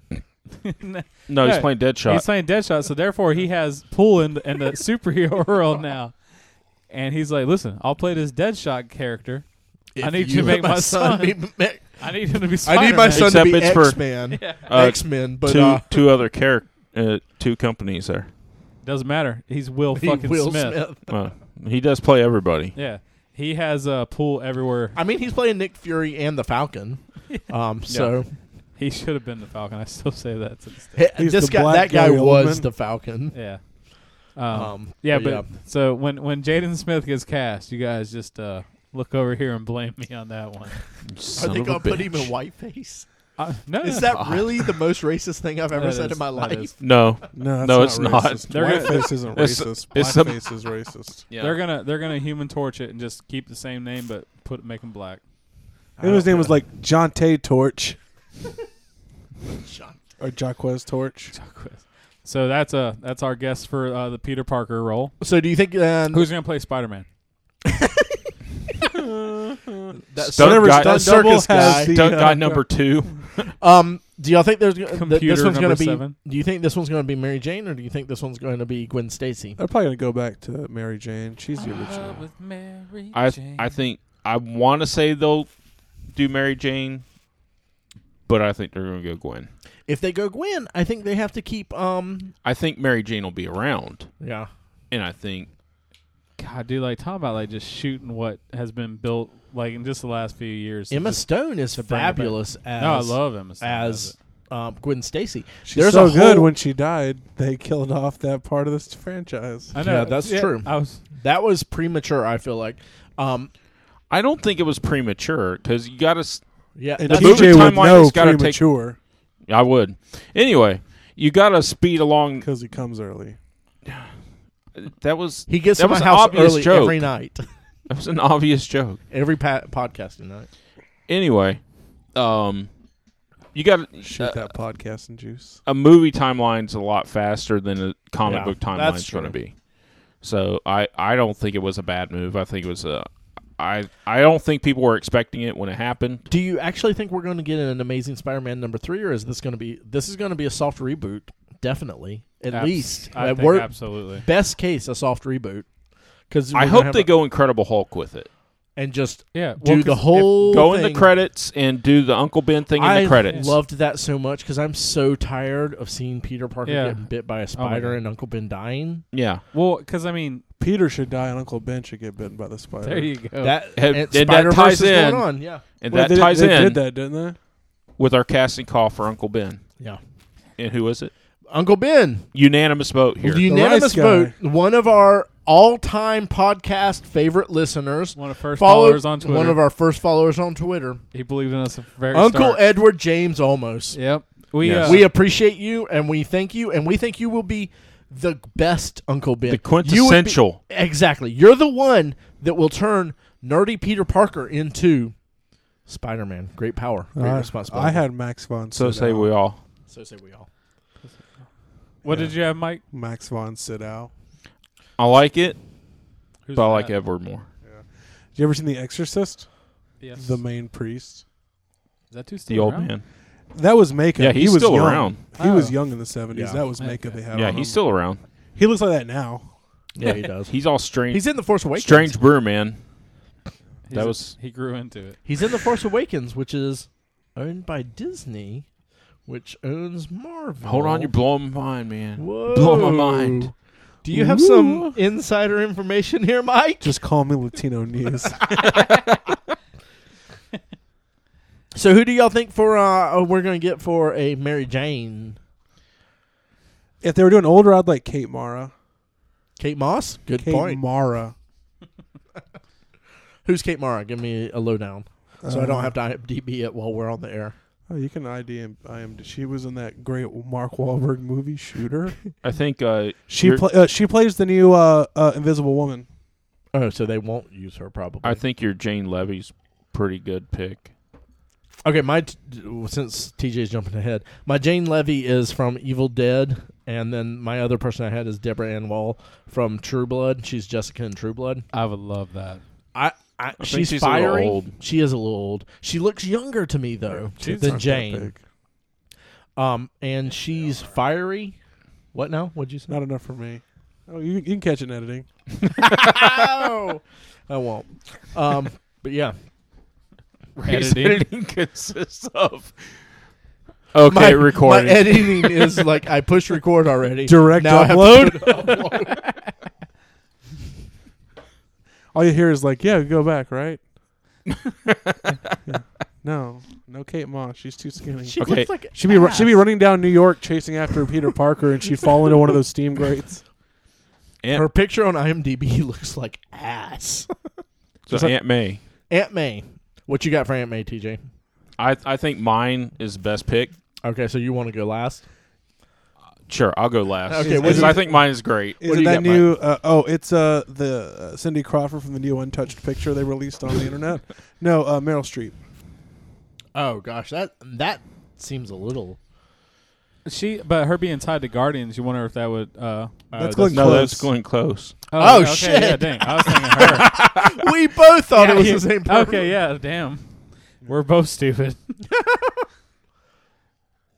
No, he's Hey, playing Deadshot. He's playing Deadshot, so therefore he has pull in the, in the superhero world now. And he's like, "Listen, I'll play this Deadshot character. I If need you to make let my son- be- I need him to be. I need my Spider-Man. son Except to be it's for- X Man. Uh, X Men, but two uh, two other character, uh, two companies there. Doesn't matter. He's Will he- fucking Will Smith. Smith. Well, Uh, he does play everybody. Yeah, he has a pool everywhere. I mean, he's playing Nick Fury and the Falcon. Um, so He should have been the Falcon. I still say that to this day. he- He's this the guy, black that guy Gary was Oldman. the Falcon. Yeah. Um, Um, yeah, but but yeah. so when when Jaden Smith gets cast, you guys just uh, look over here and blame me on that one. Son Are they of a gonna put him in bitch. whiteface? Uh, no, Is no. that really the most racist thing I've ever That is- said in my that is. life? No, No, No, that's it's not not. racist. They're gonna- Whiteface isn't It's- racist. it's some- Blackface is racist. yeah. they're gonna they're gonna human torch it and just keep the same name but put make him black. I think his name was like Jonte Torch Shut- or Jaquez Torch. So that's uh that's our guess for uh, the Peter Parker role. So do you think uh, Who's gonna play Spider Man? that Stunt circus- guy- that stunt double circus has guy? the- Stunt Yeah. guy number two. Um, do y'all think there's th- this Computer one's number going to be? seven. Do you think this one's going to be Mary Jane, or do you think this one's going to be Gwen Stacy? I'm probably gonna go back to Mary Jane. She's the original. I I think I want to say they'll do Mary Jane, but I think they're gonna go Gwen. If they go Gwen, I think they have to keep. Um, I think Mary Jane will be around, yeah. and I think God, dude, like talk about like just shooting what has been built like in just the last few years. Emma Just- Stone is bring it back. fabulous as no, I love Emma Stone as um, Gwen Stacy. She's so whole- good. When she died, they killed off that part of this franchise. I know Yeah, that's true. I was that was premature. I feel like. Um, I don't think it was premature because you got to. yeah, And that's- movie DJ would timeline know has gotta take- premature I would anyway. You got to speed along. because he comes early. That was he gets that to my was an house obvious early joke. every night, that was an obvious joke. every pa- podcasting night. Anyway, um, you got Shoot that podcast and juice. a movie timeline's a lot faster than a comic Yeah, book that's timeline's going to true. be. So I, I don't think it was a bad move. I think it was a I I don't think people were expecting it when it happened. Do you actually think we're going to get an Amazing Spider-Man number three, or is this going to be this is going to be a soft reboot? Definitely, at abs- least I at think work, absolutely. best case a soft reboot. Because I hope they go Incredible Hulk with it. and just Yeah, do well, 'cause the if- whole Go thing. in the credits and do the Uncle Ben thing in I the credits. loved that so much because I'm so tired of seeing Peter Parker Yeah. getting bit by a spider God. and Uncle Ben dying. yeah. Well, because I mean, Peter should die, and Uncle Ben should get bitten by the spider. there you go. That And- and and that Spider-Verse ties is going in. on. Yeah, And Well, that they did- ties they in did that, didn't they? with our casting call for Uncle Ben. yeah. And who is it? Uncle Ben, Unanimous vote here. the rice unanimous guy. vote, one of our all-time podcast favorite listeners. one of the first Follow- followers on Twitter. One of our first followers on Twitter. he believed in us at the very Uncle start. Edward James Almost. Yep. We Yes. uh, We appreciate you and we thank you and we think you will be the best Uncle Ben. the You would be- quintessential. exactly. You're the one that will turn nerdy Peter Parker into Spider Man. Great power. Great I, responsibility. I had Max von. so Sydow. say we all. so say we all. what did you have, Mike? Max von Sydow. I like it, Who's but I like that? Edward more. You ever seen The Exorcist? Yes. The main priest. Is that too The old man. That was makeup. Yeah, he's he was still young. around. He was Oh. young in the seventies. Yeah. That was makeup they had. Yeah, on he's him. still around. He looks like that now. Yeah, he does. He's all strange. He's in The Force Awakens. Strange Brew, man. He's That a- was- he grew into it. He's in The Force Awakens, which is owned by Disney, which owns Marvel. Hold on, you're blowing my mind, man. Whoa. Blowing my mind. Do you have some insider information here, Mike? Just call me Latino News. So who do y'all think for uh uh, we're gonna get for a Mary Jane? if they were doing older, I'd like Kate Mara. Kate Moss? Good Kate point. Mara. Who's Kate Mara? Give me a lowdown. So I Uh, don't have to IMDb it while we're on the air. Oh, you can ID him. I am. She was in that great Mark Wahlberg movie Shooter. I think uh, She you're- pla- uh, she plays the new uh, uh, Invisible Woman. Oh, so they won't use her probably. I think your Jane Levy's pretty good pick. okay, my t- since TJ's jumping ahead, my Jane Levy is from Evil Dead, and then my other person I had is Deborah Ann Wall from True Blood. She's Jessica in True Blood. I would love that. I, I, she's, she's a little fiery. old. She is a little old. She looks younger to me though She's than not that Jane. big. Um, and she's fiery. What now? What'd you say? Not enough for me. Oh, you, you can catch it in editing. Ow! I won't. Um, but yeah, Ray's Editing. editing. consists of. Okay, recording. My editing is like I push record already. Direct Now I have to upload? put upload. All you hear is like, "Yeah, go back, right?" Yeah. No, no, Kate Moss. She's too skinny. She Okay. looks like She'd be ru- ass. she'd be running down New York chasing after Peter Parker, and she'd fall into one of those steam grates. Aunt, Her picture on IMDb looks like ass. so Aunt May. Aunt May, what you got for Aunt May, TJ? I I think mine is best pick. Okay, so you want to go last? Sure, I'll go last. Okay, what Because is I it- think mine is great. Is What do it you that got, Mike? new? Uh, oh, it's uh the uh, Cindy Crawford from the new Untouched picture they released on the internet. No, uh, Meryl Streep. Oh gosh, that that seems a little. She, but her being tied to Guardians, you wonder if that would. Uh, That's Glenn No, Close. that's going close. Oh, okay, shit. Yeah, dang. I was thinking her. we both thought it was Yeah, the same person. Okay, yeah, damn. We're both stupid.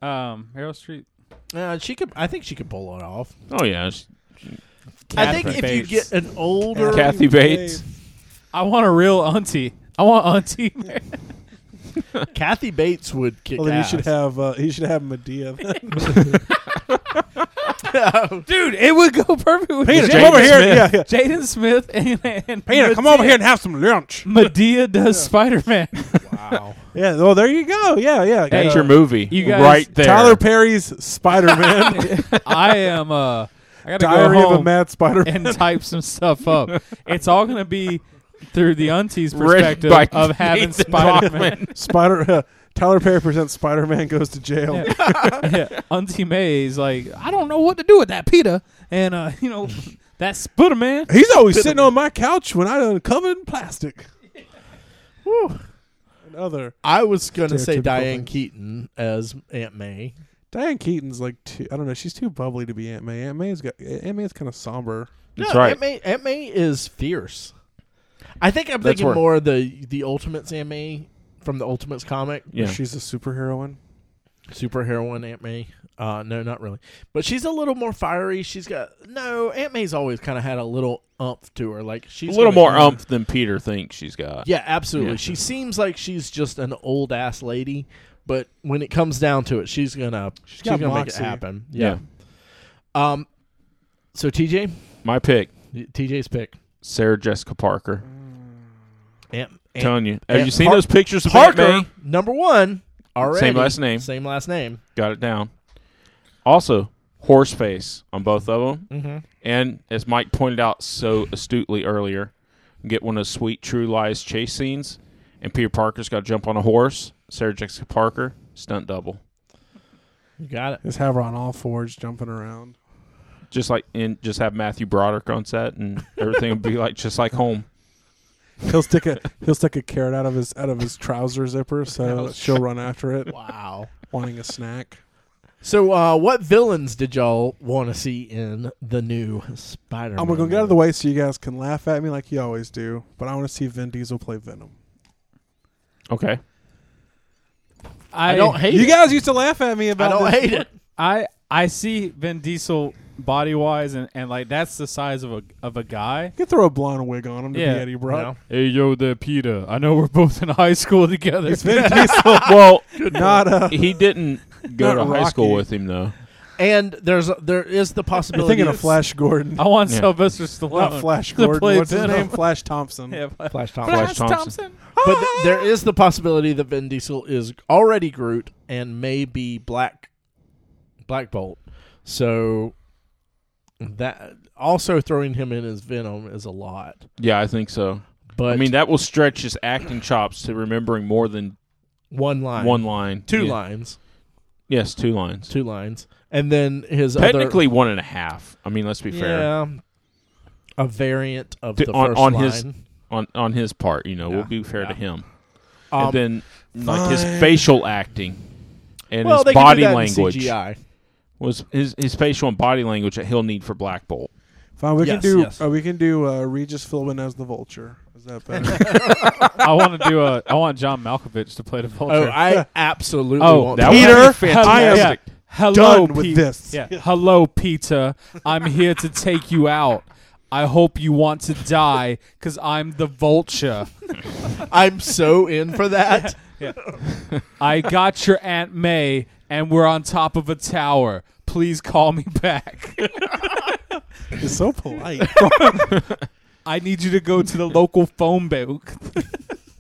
um, Meryl Street. Uh, she could. I think she could pull it off. Oh yeah, it's- I think if you Bates. get an older, Cat- Kathy Bates. I want a real auntie. I want auntie. Kathy Bates would kick Well, then you ass. should have uh, you should have Medea. Peter, Dude, it would go perfect with come over here. Yeah, Smith. yeah. Jaden Smith and, and and have some lunch. Medea does Spider Man. wow. Yeah. Well, there you go. Yeah, yeah. that's Hey, your movie. you guys- right there. Tyler Perry's Spider Man, I am. Uh, I gotta Diary go of home a Mad Spider Man. and type some stuff up. It's all gonna be through the auntie's Written perspective by of having Nathan Spider Man. Hoffman. Spider uh, Tyler Perry presents Spider Man goes to jail. yeah. Auntie May's like, I don't know what to do with that Peter, and uh, you know that Spider Man. He's always sitting on my couch when I done covered in plastic. Whew. Another I was gonna say Stereotypical Diane thing. Keaton as Aunt May. Diane Keaton's like too, I don't know. She's too bubbly to be Aunt May. Aunt May's got Aunt May's kind of somber. That's right. Aunt May, Aunt May is fierce. I think I'm That's thinking where- more the the Ultimates Aunt May from the Ultimates comic. Yeah. She's a superheroine. Superheroine Aunt May. Uh, no, not really. But she's a little more fiery. She's got no Aunt May's always kind of had a little umph to her. Like she's A little gonna- more umph than Peter thinks she's got. Yeah, absolutely. Yeah. She seems like she's just an old ass lady, but when it comes down to it, she's gonna she's, got gonna make it moxie. happen. Yeah. yeah. Um. So TJ, My pick, TJ's pick. Sarah Jessica Parker. Aunt, Aunt telling you. Have Aunt you seen Par- those pictures of Aunt Parker, May? number one. Already. Same last name. Same last name. Got it down. Also, horse face on both of them. Mhm. And as Mike pointed out so astutely earlier, get one of those sweet True Lies chase scenes, and Peter Parker's got to jump on a horse. Sarah Jessica Parker, stunt double. You got it. Just have her on all fours jumping around. Just like and just have Matthew Broderick on set, and everything would be like just like home. He'll stick a he'll stick a carrot out of his out of his trouser zipper, so she'll run after it, Wow. wanting a snack. So, uh, what villains did y'all want to see in the new Spider-Man? I'm gonna get out of the way so you guys can laugh at me like you always do. But I want to see Vin Diesel play Venom. Okay, I, I don't hate You it. guys used to laugh at me I about. don't this. hate it. I I see Vin Diesel body wise, and, and like that's the size of a of a guy. You can throw a blonde wig on him to Yeah. be Eddie Brock. No. Hey yo, there, Peter. I know we're both in high school together. It's Vin Diesel. well, not uh, he didn't go Not to high school Rocky. with him though. And there's a, there is the you're possibility. thinking of of Flash Gordon, I want Yeah. Sylvester Stallone. not Flash to Gordon. play What's his Venom. name? Flash Thompson. Yeah, Flash- Flash Thompson. Flash Thompson. But th- there is the possibility that Vin Diesel is already Groot and may be Black Black Bolt. So that also throwing him in as Venom is a lot. Yeah, I think so. But I mean, that will stretch his acting chops to remembering more than one line, one line. two Yeah. lines, Yes, two lines. two lines, and then his other- Technically, one and a half. I mean, let's be fair. yeah, a variant of To- the on- first on line. his- On on his part, you know, we'll Yeah. be fair to Yeah. him. Um, and then like his fine. facial acting and well, they his can do body that in language CGI. was his his facial and body language that he'll need for Black Bolt. Fine, we Yes, can do yes. uh, we can do uh, Regis Philbin as the Vulture. Is that better? I want to do a. I want John Malkovich to play the vulture. Oh, I absolutely Oh, want that that. would Peter, be fantastic. I am- Yeah. Hello, done with Pe- this. Yeah. Hello, Peter. I'm here to take you out. I hope you want to die because I'm the vulture. I'm so in for that. I got your Aunt May, and we're on top of a tower. Please call me back. It's so polite. I need you to go to the local phone booth.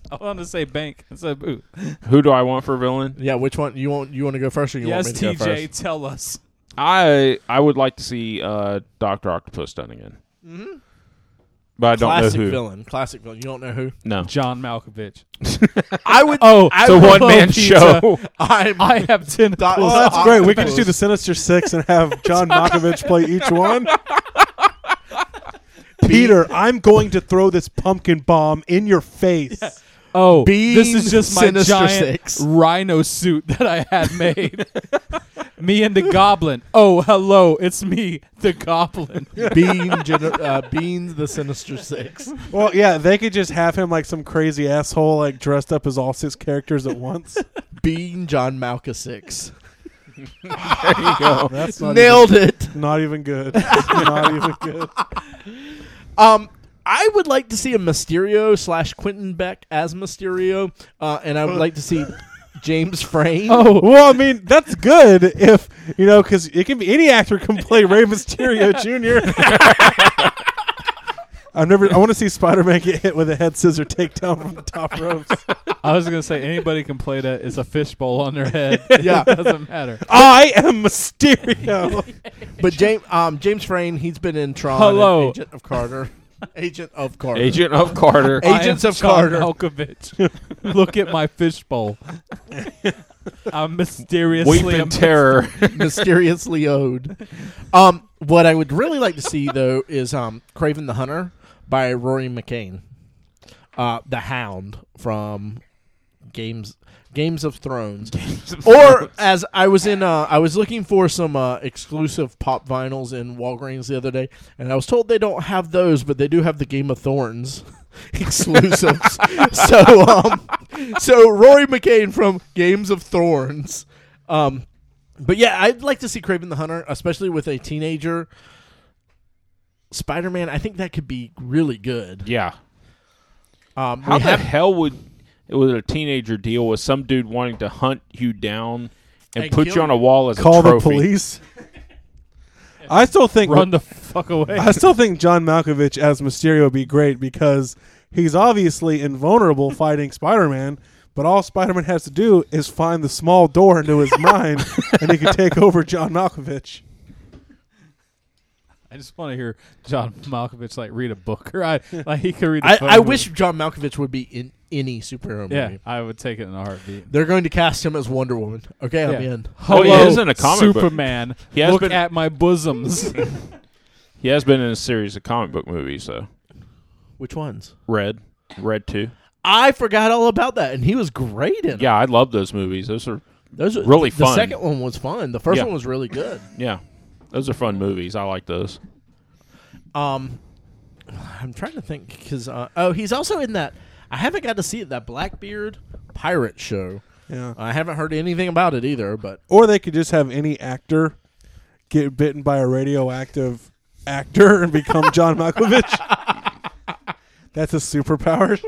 I want to say bank. It's a booth. Who do I want for villain? Yeah, which one you want? You want to go first, or you Yes, want me to go first? TJ, tell us. I I would like to see uh, Doctor Octopus done again, mm-hmm. but I don't Classic know who. villain. Classic villain. You don't know who? No, John Malkovich. I would. Oh, it's a one man show. I'm. I have ten. Doc- plus. That's great. We can just do the Sinister Six and have John Malkovich play each one. Peter, I'm going to throw this pumpkin bomb in your face. Oh, Being this is just my Sinister giant Six. rhino suit that I had made. me and the goblin. Oh, hello, it's me, the goblin. Bean, gener- uh, Bean the Sinister Six. Well, yeah, they could just have him like some crazy asshole, like dressed up as all six characters at once. Bean John Malka Six. Oh. Ah. That's not Nailed it. Even, not even good. not even good. Um, I would like to see a Mysterio slash Quentin Beck as Mysterio, uh, and I would like to see James Frame. Oh well, I mean that's good if you know because it can be any actor can play Ray Mysterio Jr. I've never. I want to see Spider Man get hit with a head scissor takedown from the top ropes. I was gonna say anybody can play that. It's a fishbowl on their head. Yeah. it doesn't matter. I am Mysterio. But James um, James Frame, he's been in Tron. and Hello. Agent of Carter. Agent of Carter. Agent of Carter. Hey. Agents I am of John Carter. Malkovich. Look at my fishbowl. I'm mysteriously Weep in a- terror. mysteriously owed. Um, what I would really like to see though is um, Craven the Hunter by Rory McCain, uh, the Hound from Games Games of Thrones, or as I was in, uh, I was looking for some uh, exclusive pop vinyls in Walgreens the other day, and I was told they don't have those, but they do have the Game of Thorns. exclusives. so um so Rory McCain from Games of Thorns. Um but yeah, I'd like to see Craven the Hunter, especially with a teenager Spider Man. I think that could be really good. yeah. Um, How we the have- hell would it was a teenager deal with some dude wanting to hunt you down and And put kill you on a wall as Call a the trophy? police. I still think Run the fuck away. I still think John Malkovich as Mysterio would be great because he's obviously invulnerable fighting Spider Man, but all Spider Man has to do is find the small door into his mind and he can take over John Malkovich. I just want to hear John Malkovich like read a book, or I like he could read. a I, phone I book. wish John Malkovich would be in any superhero movie. Yeah, I would take it in a heartbeat. They're going to cast him as Wonder Woman. Okay, I'm Yeah. in. Oh, he is in a comic book. Superman. He has Look been- at my bosoms. He has been in a series of comic book movies, so Which ones? Red, Red Two. I forgot all about that, and he was great in. it. Yeah, I love those movies. Those are those are really The fun. second one was fun. The first Yeah. one was really good. yeah, those are fun movies. I like those. Um, I'm trying to think because uh, oh, he's also in that. I haven't got to see it. That Blackbeard pirate show. Yeah. I haven't heard anything about it either. But Or they could just have any actor get bitten by a radioactive actor and become John Malkovich. That's a superpower.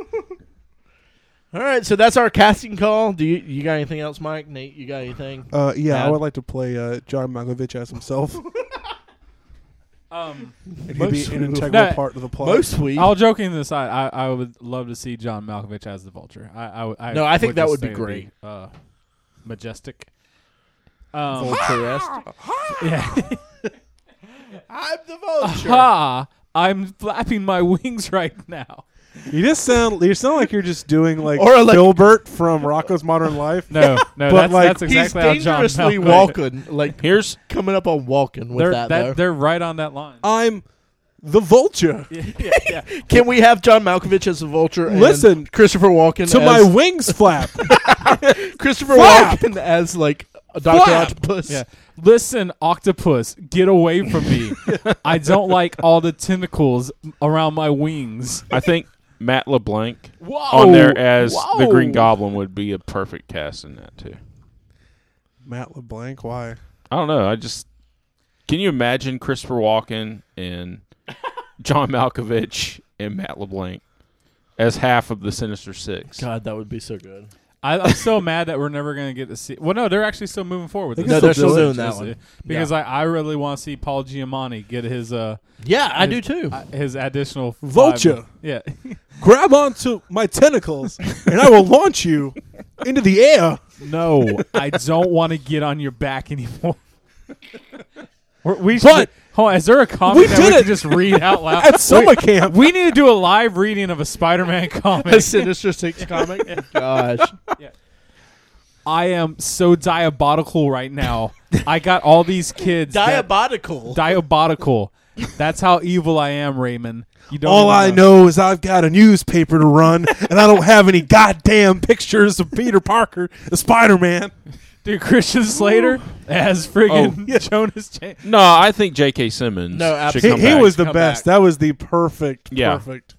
all right, so that's our casting call. Do you you got anything else, Mike? Nate, you got anything? Uh, yeah, I Yeah. would like to play uh, John Malkovich as himself. um, It would be an integral No, part of the plot. Most weeks. all joking aside, I, I would love to see John Malkovich as the Vulture. I, I, would- I No, I think that just would be say it'd uh, majestic. Um, Vulturesque. yeah. I'm the vulture. ha! I'm flapping my wings right now. You just sound you sound like you're just doing like, Or like- Gilbert from Rocco's Modern Life. No, no, But, that's, like, that's exactly He's how John dangerously Malkovich- walking, like Here's coming up on walking with They're, that. that- though. they're right on that line. I'm the vulture. yeah, yeah. Can we have John Malkovich as the vulture? and Listen Christopher Walken So as my wings flap. Christopher Flap! Walken as like a Doctor Flap! Octopus. Yeah. Listen, octopus, get away from me. I don't like all the tentacles around my wings. I think Matt LeBlanc Whoa, Oh, on there as the whoa. Green Goblin would be a perfect cast in that too. Matt LeBlanc, why? I don't know. I just can you imagine Christopher Walken and John Malkovich, and Matt LeBlanc as half of the Sinister Six. God, that would be so good. I, I'm so mad that we're never going to get to see. Well, no, they're actually still moving forward. with They this. can No, they're still still do doing it. that Just, uh, one. because I, I really want to see Paul Giamatti get his uh Yeah, I his- do too. uh, his additional five- Vulture. Yeah, Grab onto my tentacles, and I will launch you into the air. no, I don't want to get on your back anymore. We're, we But- should, hold on, is there a comic We that did we it! can just read out loud At summer We- camp. Uh, We need to do a live reading of a Spider-Man a comic. Sinister Six comic. oh, Gosh, I am so diabolical right now. I got all these kids. that- diabolical. diabolical. That's how evil I am, Raymond. You don't All even I know is I've got a newspaper to run, and I don't have any goddamn pictures of Peter Parker, the Spider Man. dude. Christian Slater as friggin' Oh. Jonas. Jan- No, I think J.K. Simmons. No, should He, come he back. was the Come best. back. That was the perfect, Yeah. perfect.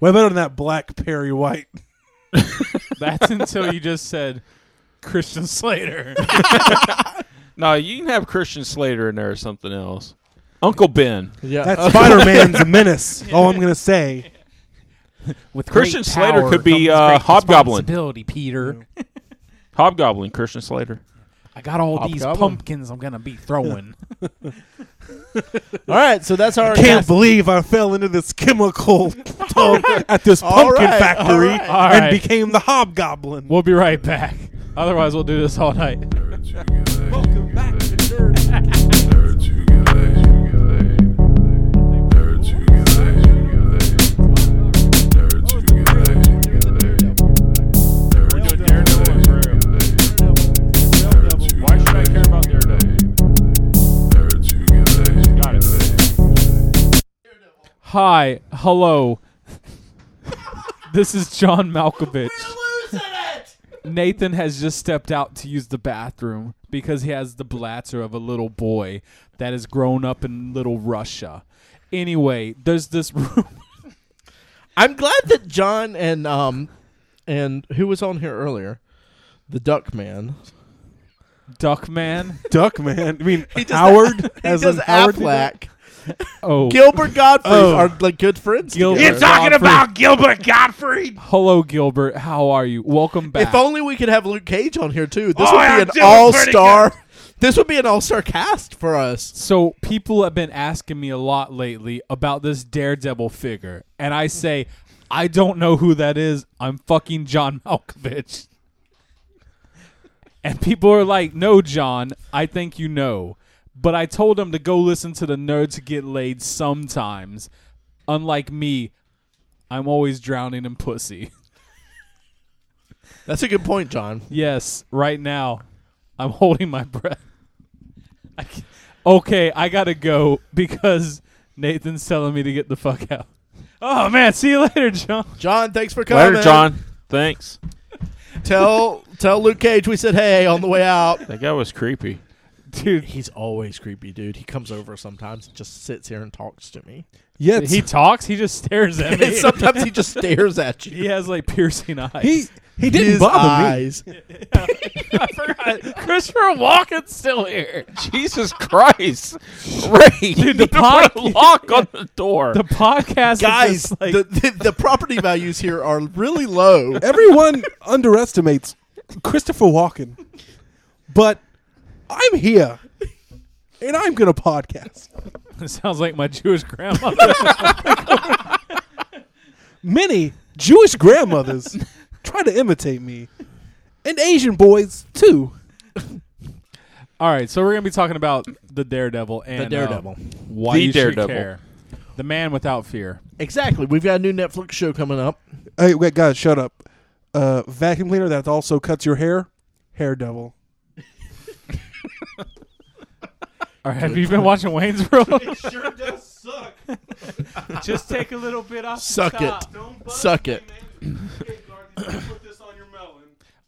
Way better than that black Perry White. That's until you just said Christian Slater. No, you can have Christian Slater in there or something else. Uncle Ben. Yeah, That Spider Man's a menace. All I'm gonna say. With Christian great Slater power could be, comes uh, great Hobgoblin. Peter. Hobgoblin, Christian Slater. I got all these these Hobgoblin. pumpkins I'm gonna be throwing. All right, so that's our Can't cast. believe I fell into this chemical tub at this All pumpkin right, factory all right. All and right. became the hobgoblin. we'll be right back. Otherwise, we'll do this all night. Welcome back to Nerd Why should I care about Daredevil? Got it. Hi, hello. this is John Malkovich. Nathan has just stepped out to use the bathroom because he has the bladder of a little boy that has grown up in little Russia. Anyway, there's this room. I'm glad that John and um and who was on here earlier, the Duck Man. Duckman. Duck man. I mean Howard He as does in Howard did that? Affleck. Oh, Gilbert Godfrey Oh. are like good friends. Gilbert. together. You're talking Godfrey. about Gilbert Gottfried? hello, Gilbert. How are you? Welcome back. If only we could have Luke Cage on here too. This Oh, I'm would be an doing all pretty star. This would be an all star cast for us. so people have been asking me a lot lately about this daredevil figure, and I say, I don't know who that is. I'm fucking John Malkovich. And people are like, "No, John, I think you know." But I told them to go listen to the nerds get laid sometimes. Unlike me, I'm always drowning in pussy. That's a good point, John. Yes, right now. I'm holding my breath. I ca- okay, I gotta go because Nathan's telling me to get the fuck out. Oh man, see you later, John. John, thanks for coming. Later, John. Thanks. Tell tell Luke Cage we said hey on the way out. That guy was creepy. Dude, He's always creepy, dude. He comes over sometimes, and just sits here and talks to me. Yeah, he talks, he just stares at me. And sometimes he just stares at you. he has like piercing eyes. he he didn't His bother me. eyes. I forgot. Christopher Walken's still here. Jesus Christ. Ray, you Dude, the need to put a pod- lock on the door. The podcast is Guys, just, like the, the the property values here are really low. Everyone underestimates Christopher Walken, but I'm here, and I'm gonna podcast. sounds like my Jewish grandma. Many Jewish grandmothers try to imitate me, and Asian boys too. All right, so we're gonna be talking about the Daredevil and The uh, Daredevil. why The you Daredevil. should care. The man without fear. Exactly. We've got a new Netflix show coming up. Hey, wait, guys, shut up. Uh, vacuum cleaner that also cuts your hair, hair devil. All right, have you been watching Wayne's World? it sure does suck. Just take a little bit off. Suck it. Suck it.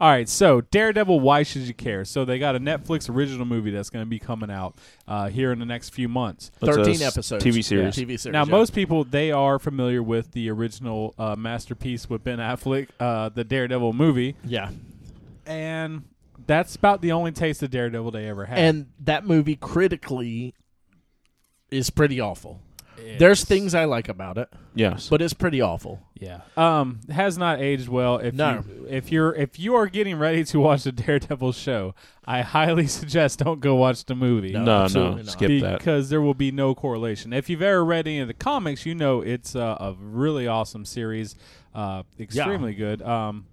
All right, so Daredevil, why should you care? So they got a Netflix original movie that's going to be coming out uh, here in the next few months. It's a 13 s- episodes. TV series. TV series. Now, yeah. most people they are familiar with the original uh, masterpiece with Ben Affleck, uh, the Daredevil movie, Yeah. and that's about the only taste of Daredevil they ever had. And that movie critically is pretty awful. There's things I like about it, Yes. but it's pretty awful. Yeah. Um, has not aged well. If No. you, if you're if you are getting ready to watch the Daredevil show, I highly suggest don't go watch the movie. no, no, absolutely not. skip that. Because there will be no correlation. If you've ever read any of the comics, you know it's uh, a really awesome series, uh, extremely good. Um,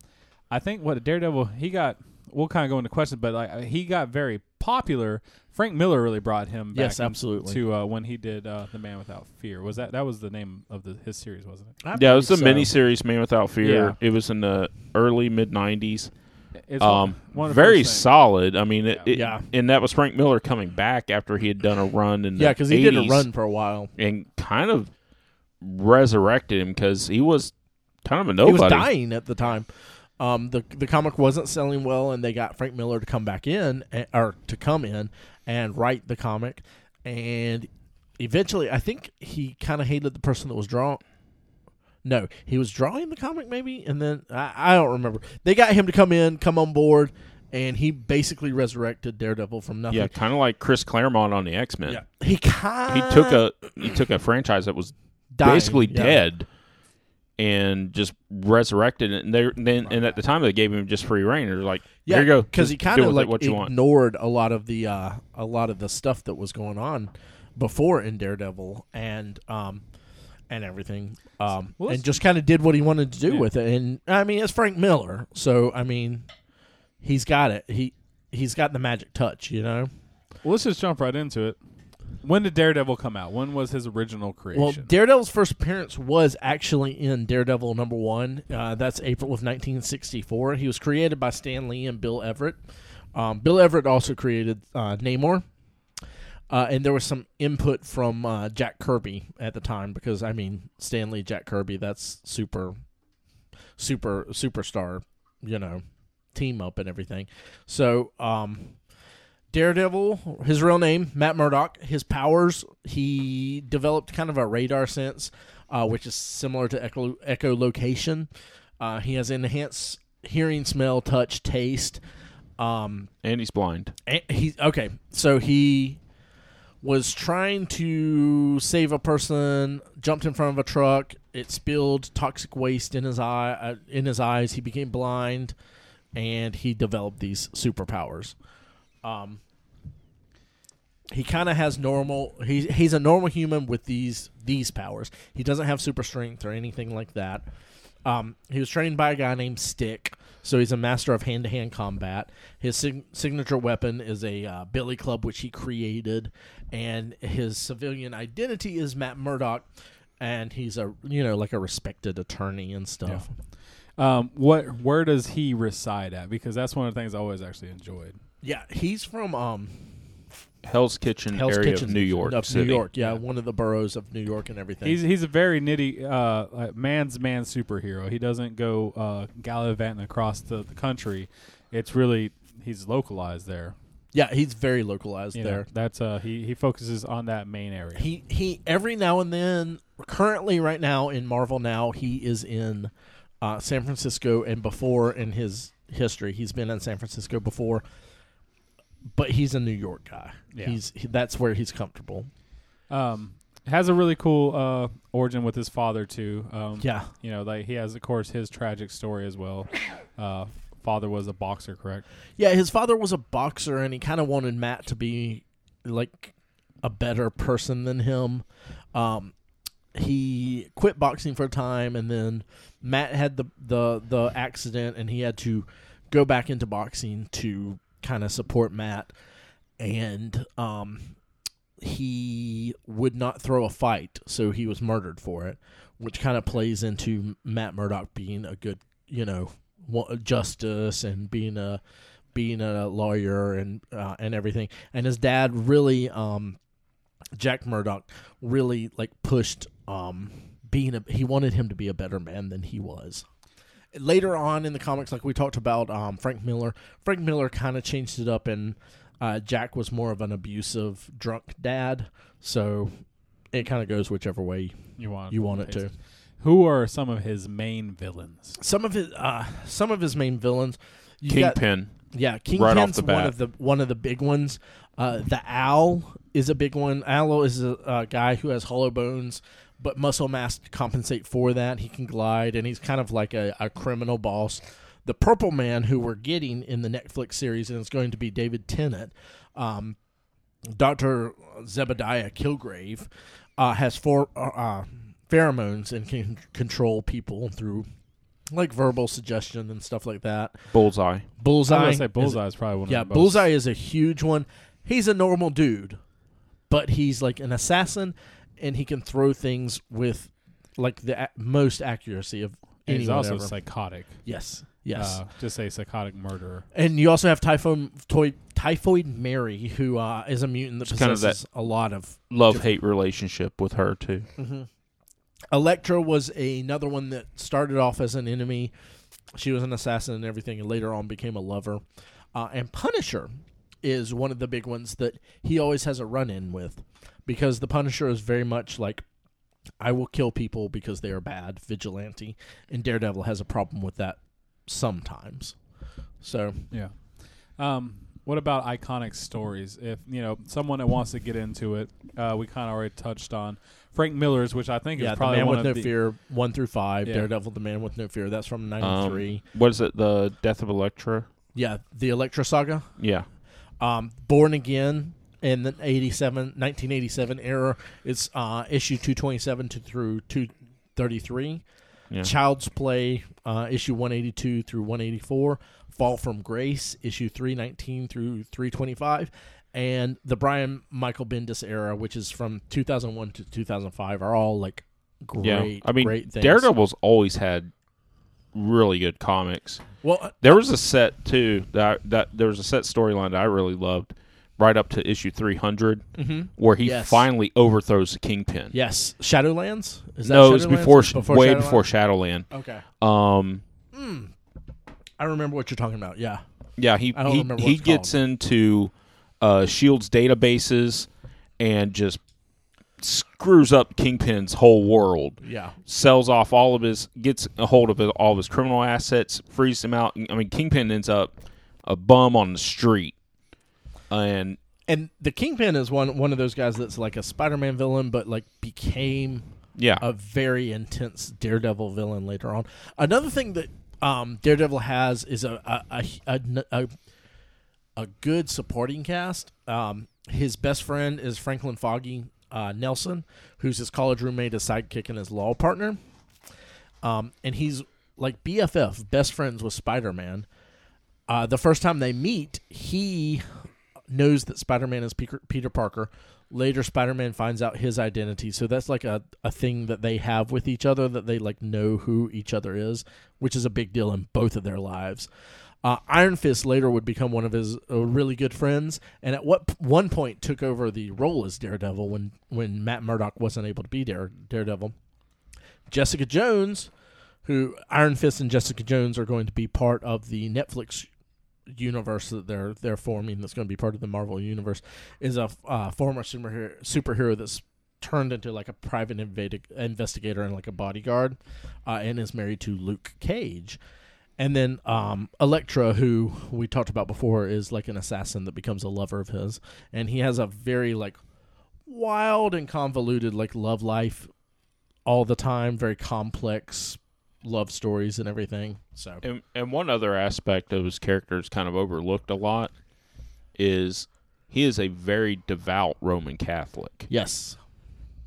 I think what Daredevil he got. We'll kind of go into questions, but like he got very popular. Frank Miller really brought him. Back Yes, absolutely. To uh, when he did uh, the Man Without Fear was that that was the name of the his series, wasn't it? Yeah, it was a mini miniseries, Man Without Fear. Yeah. It was in the early mid '90s. It's Um, one of the very first things. solid. I mean, it, it- Yeah. and that was Frank Miller coming back after he had done a run in the Yeah, because he did a 80s run for a while. and kind of resurrected him because he was kind of a nobody. He was dying at the time. Um, the the comic wasn't selling well, and they got Frank Miller to come back in, eh, or to come in and write the comic. And eventually, I think he kind of hated the person that was drawing. No, he was drawing the comic maybe, and then I, I don't remember. They got him to come in, come on board, and he basically resurrected Daredevil from nothing. Yeah, kind of like Chris Claremont on the X Men. Yeah. he kind He took a he took a franchise that was basically dead and just resurrected it. And they then and at the time they gave him just free reign. They're like, Yeah, here you go, because he Just kind deal of with it like what you want. ignored a lot of the uh, a lot of the stuff that was going on before in Daredevil and um and everything um Well, let's- and just kind of did what he wanted to do with it. And I mean, it's Frank Miller, so I mean, he's got it. He he's got the magic touch, you know. Well, let's just jump right into it. When did Daredevil come out? When was his original creation? Well, Daredevil's first appearance was actually in Daredevil number one. Uh, that's April of 1964. He was created by Stan Lee and Bill Everett. Um, Bill Everett also created uh, Namor. Uh, and there was some input from uh, Jack Kirby at the time because, I mean, Stan Lee, Jack Kirby, that's super, super, superstar, you know, team up and everything. So, um, Daredevil, his real name, Matt Murdock, his powers, he developed kind of a radar sense, uh, which is similar to echo, echolocation. Uh, he has enhanced hearing, smell, touch, taste. Um, and he's blind. and he okay, so he was trying to save a person, jumped in front of a truck, it spilled toxic waste in his eye uh, in his eyes, he became blind, and he developed these superpowers. Um, he kind of has normal. He's he's a normal human with these these powers. He doesn't have super strength or anything like that. Um, he was trained by a guy named Stick, so he's a master of hand to hand combat. His sig- signature weapon is a uh, billy club, which he created, and his civilian identity is Matt Murdock, and he's a you know like a respected attorney and stuff. um, what where does he reside at? Because that's one of the things I always actually enjoyed. Yeah, he's from um, Hell's Kitchen Hell's area Kitchen of New York. of City. New York. Yeah, one of the boroughs of New York and everything. He's he's a very nitty uh, like man's man superhero. He doesn't go uh, gallivanting across the, the country. It's really he's localized there. yeah, he's very localized You know, there. that's uh, he he focuses on that main area. He he every now and then currently right now in Marvel now he is in uh, San Francisco and before in his history he's been in San Francisco before but he's a New York guy. Yeah. He's he, that's where he's comfortable. um, has a really cool uh, origin with his father too. Um, Yeah. you know, like he has of course his tragic story as well. Uh, father was a boxer, correct? Yeah, his father was a boxer and he kind of wanted Matt to be like a better person than him. Um he quit boxing for a time and then Matt had the the the accident and he had to go back into boxing to kind of support Matt and um he would not throw a fight, so he was murdered for it, which kind of plays into Matt Murdock being a good, you know, wa- justice and being a being a lawyer and uh, and everything. And his dad really, um, Jack Murdock, really like pushed um, being a he wanted him to be a better man than he was later on in the comics, like we talked about, um, Frank Miller. Frank Miller kind of changed it up, and uh, Jack was more of an abusive, drunk dad. So it kind of goes whichever way You want you want it to. Who are some of his main villains? Some of his, uh, some of his main villains, you got- Kingpin. Yeah, King Right off Kent's the one bat. of the one of the big ones. Uh, the owl is a big one. Owl is a, a guy who has hollow bones, but muscle mass to compensate for that. He can glide, and he's kind of like a, a criminal boss. The Purple Man, who we're getting in the Netflix series, and it's going to be David Tennant. Um, Dr. Zebediah Kilgrave uh, has four uh, uh, pheromones and can control people through like verbal suggestion and stuff like that. Bullseye. Bullseye. I would say is- Bullseye is probably one yeah, of the Bullseye is a huge one. He's a normal dude, but he's like an assassin, and he can throw things with like the a- most accuracy of Most, anyone he's also ever. psychotic. yes, yes. Uh, just a psychotic murderer. and you also have Typhoid Toy, Typhoid Mary, who uh, is a mutant that It's kind of possesses that- a lot of. love hate relationship with her too. Electra was another one that started off as an enemy. She was an assassin and everything, and later on became a lover. Uh, and Punisher is one of the big ones that he always has a run in with because the Punisher is very much like, I will kill people because they are bad, vigilante. And Daredevil has a problem with that sometimes. So, Yeah. Um, what about iconic stories? If you know someone that wants to get into it, uh, we kind of already touched on Frank Miller's, which I think yeah, is The probably Man one of with No the Fear, 1 through 5, Yeah. Daredevil, The Man with No Fear. That's from Um, 93. what is it? The death of Electra. yeah, the Electra saga. Yeah, um, Born Again in the 87, 1987 era. It's uh, issue 227 to, through 233. Yeah. Child's Play, uh, issue 182 through 184. Fall from Grace, issue 319 through 325. And the Brian Michael Bendis era, which is from 2001 to 2005, are all like great, yeah. I mean, great things. Daredevil's always had really good comics. Well, uh, There was a set too that that there was a set storyline that I really loved, right up to issue three where he Mm-hmm. Yes. finally overthrows the Kingpin. yes. Shadowlands? Is that no, it was Shadowlands? before, sh way Shadowlands? before Shadowland. Okay. Um, I remember what you're talking about. Yeah. yeah, he I don't he, remember what he it's gets into uh, Shield's databases and just screws up Kingpin's whole world. Yeah. sells off all of his gets a hold of all of his criminal assets, frees him out. I mean, Kingpin ends up a bum on the street, and and the Kingpin is one one of those guys that's like a Spider-Man villain, but like became yeah, a very intense Daredevil villain later on. Another thing that um, Daredevil has is a a, a, a, a a good supporting cast. Um, his best friend is Franklin Foggy uh, Nelson, who's his college roommate, his sidekick, and his law partner. Um, and he's like BFF, best friends with Spider Man. Uh, the first time they meet, he knows that Spider Man is Peter Peter Parker. Later, Spider Man finds out his identity. So that's like a, a thing that they have with each other that they like know who each other is, which is a big deal in both of their lives. Uh, Iron Fist later would become one of his uh, really good friends, and at what one point took over the role as Daredevil when when Matt Murdock wasn't able to be Dare, Daredevil. Jessica Jones, who Iron Fist and Jessica Jones are going to be part of the Netflix universe that they're they're forming that's going to be part of the Marvel universe is a uh, former superhero superhero that's turned into like a private invadi- investigator and like a bodyguard uh, and is married to Luke Cage. And then um, Elektra, who we talked about before, is like an assassin that becomes a lover of his, and he has a very like wild and convoluted like love life all the time, very complex love stories and everything. So and and one other aspect of his character is kind of overlooked a lot is he is a very devout Roman Catholic, yes,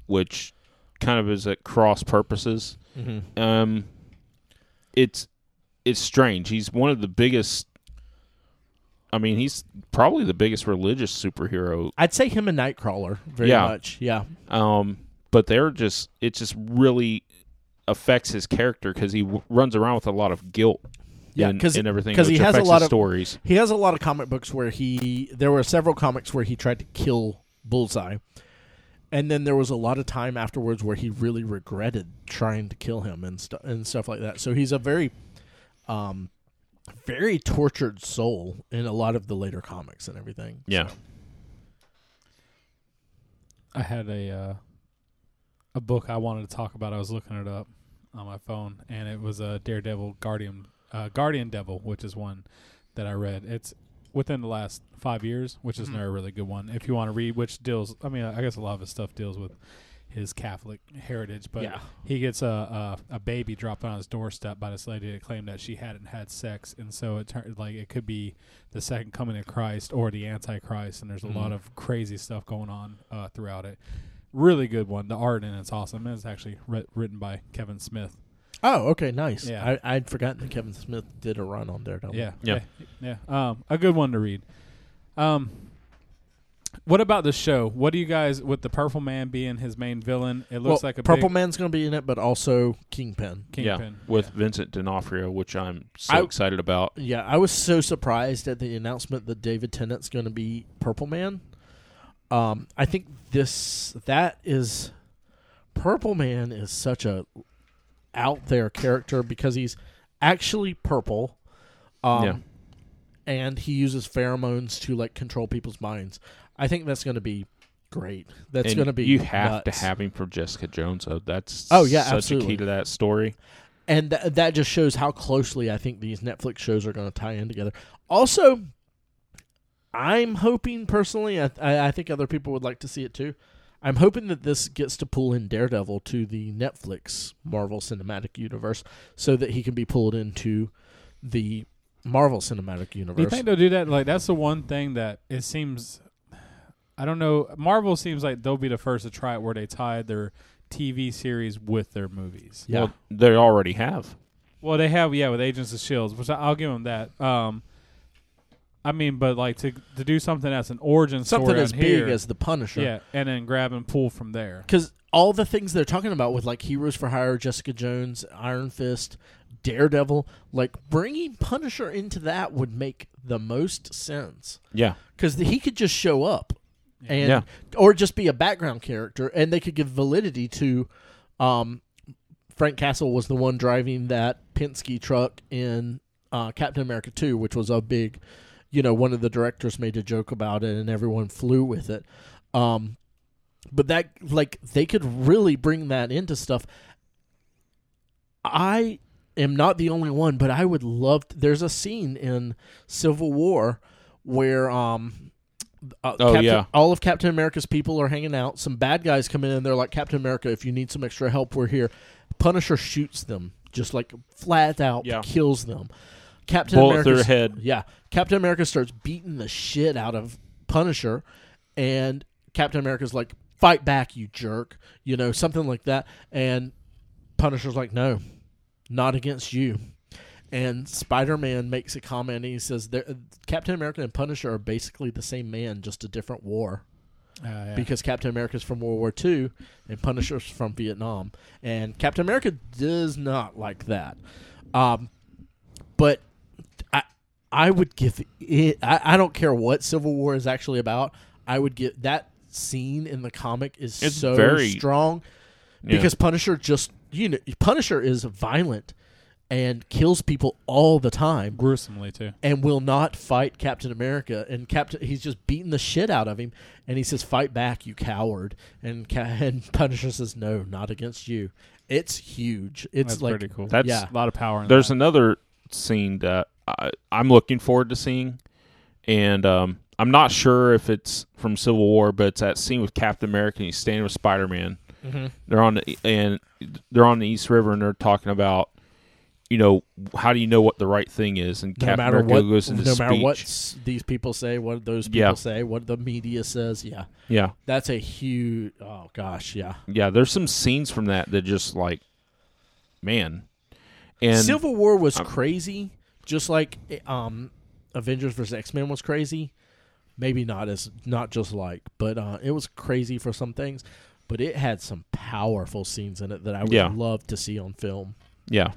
which kind of is at cross purposes. Mm-hmm. Um, it's it's strange. He's one of the biggest. I mean, he's probably the biggest religious superhero I'd say him and Nightcrawler very Yeah. much. Yeah, um, but they're just it just really affects his character because he w- runs around with a lot of guilt. Yeah, in- 'cause- in everything 'cause he which has a affects lot his of- stories. he has a lot of comic books where he there were several comics where he tried to kill Bullseye, and then there was a lot of time afterwards where he really regretted trying to kill him and stuff and stuff like that. So he's a very, um, very tortured soul in a lot of the later comics and everything. Yeah, I had a uh, a book I wanted to talk about. I was looking it up on my phone, and it was a Daredevil Guardian uh, Guardian Devil, uh, which is one that I read. It's within the last five years, which is another really good one. If you want to read, which deals, I mean, I guess a lot of his stuff deals with his Catholic heritage, but Yeah. he gets a, a a baby dropped on his doorstep by this lady that claimed that she hadn't had sex, and so it turned like it could be the second coming of Christ or the Antichrist, and there's a lot of crazy stuff going on uh, throughout it. Really good one. The art in it's awesome. And It's actually writ written by Kevin Smith. Oh, okay, nice. Yeah. I, I'd forgotten that Kevin Smith did a run on Daredevil. Yeah. Yeah. Yeah. yeah. Um, a good one to read. Um, what about the show? What do you guys with the Purple Man being his main villain? It looks well, like a Purple big Man's going to be in it, but also Kingpin. yeah, kingpin. with Vincent D'Onofrio, which I'm so I- excited about. Yeah, I was so surprised at the announcement that David Tennant's going to be Purple Man. Um, I think this that is Purple Man is such a out there character because he's actually purple. Um, Yeah. and he uses pheromones to like control people's minds. I think that's going to be great. That's And going to be you have nuts. to have him for Jessica Jones. Though. That's Oh, yeah, such a absolutely. key to that story. and th- that just shows how closely I think these Netflix shows are going to tie in together. Also, I'm hoping personally, I, I, I think other people would like to see it too. I'm hoping that this gets to pull in Daredevil to the Netflix Marvel Cinematic Universe, so that he can be pulled into the Marvel Cinematic Universe. Do you think they'll do that? Like that's the one thing that it seems. I don't know. Marvel seems like they'll be the first to try it, where they tie their TV series with their movies. yeah, Well, they already have. Well, they have yeah with Agents of Shields, which I- E I'll give them that. Um, I mean, but like to to do something that's an origin something story as on big here, as the Punisher. yeah, and then grab and pull from there. because all the things they're talking about with like Heroes for Hire, Jessica Jones, Iron Fist, Daredevil, like bringing Punisher into that would make the most sense Yeah, because he could just show up and Yeah. or just be a background character, and they could give validity to. Um, Frank Castle was the one driving that Penske truck in uh, Captain America Two, which was a big, you know, one of the directors made a joke about it, and everyone flew with it. Um, but that like they could really bring that into stuff. I am not the only one, but I would love. To, there's a scene in Civil War where um, uh, Oh, Captain- yeah. all of Captain America's people are hanging out. Some bad guys come in and they're like, Captain America, if you need some extra help, we're here. Punisher shoots them, just like flat out Yeah. kills them. Captain bullet America through the head. yeah. Captain America starts beating the shit out of Punisher, and Captain America's like, fight back, you jerk. You know, something like that. And Punisher's like, no, not against you. And Spider Man makes a comment and he says, "There- Captain America and Punisher are basically the same man, just a different war. Uh, yeah. Because Captain America's from World War II and Punisher's from Vietnam. And Captain America does not like that. Um, but I I would give it. I, I don't care what Civil War is actually about. I would give that scene in the comic is It's so very- strong Yeah. because Punisher just you know Punisher is violent and kills people all the time gruesomely too. and will not fight Captain America. And Captain, he's just beating the shit out of him. And he says, "Fight back, you coward!" And Ca- and Punisher says, "No, not against you." It's huge. It's That's like pretty cool. That's yeah. a lot of Uh-huh. power. In There's that. another scene that I, I'm looking forward to seeing, and um, I'm not sure if it's from Civil War, but it's that scene with Captain America and he's standing with Spider Man. Mm-hmm. They're on the, and they're on the East River and they're talking about, you know, how do you know what the right thing is? And no Captain matter America what, goes into no speech. matter what s- these people say, what those people Yeah. say, what the media says, yeah, Yeah, that's a huge. Oh gosh, yeah. yeah. There's some scenes from that that just like, man, and um, Civil War was crazy, just like um, Avengers vs X Men was crazy. Maybe not as not just like, but uh, it was crazy for some things. But it had some powerful scenes in it that I would Yeah. love to see on film. yeah,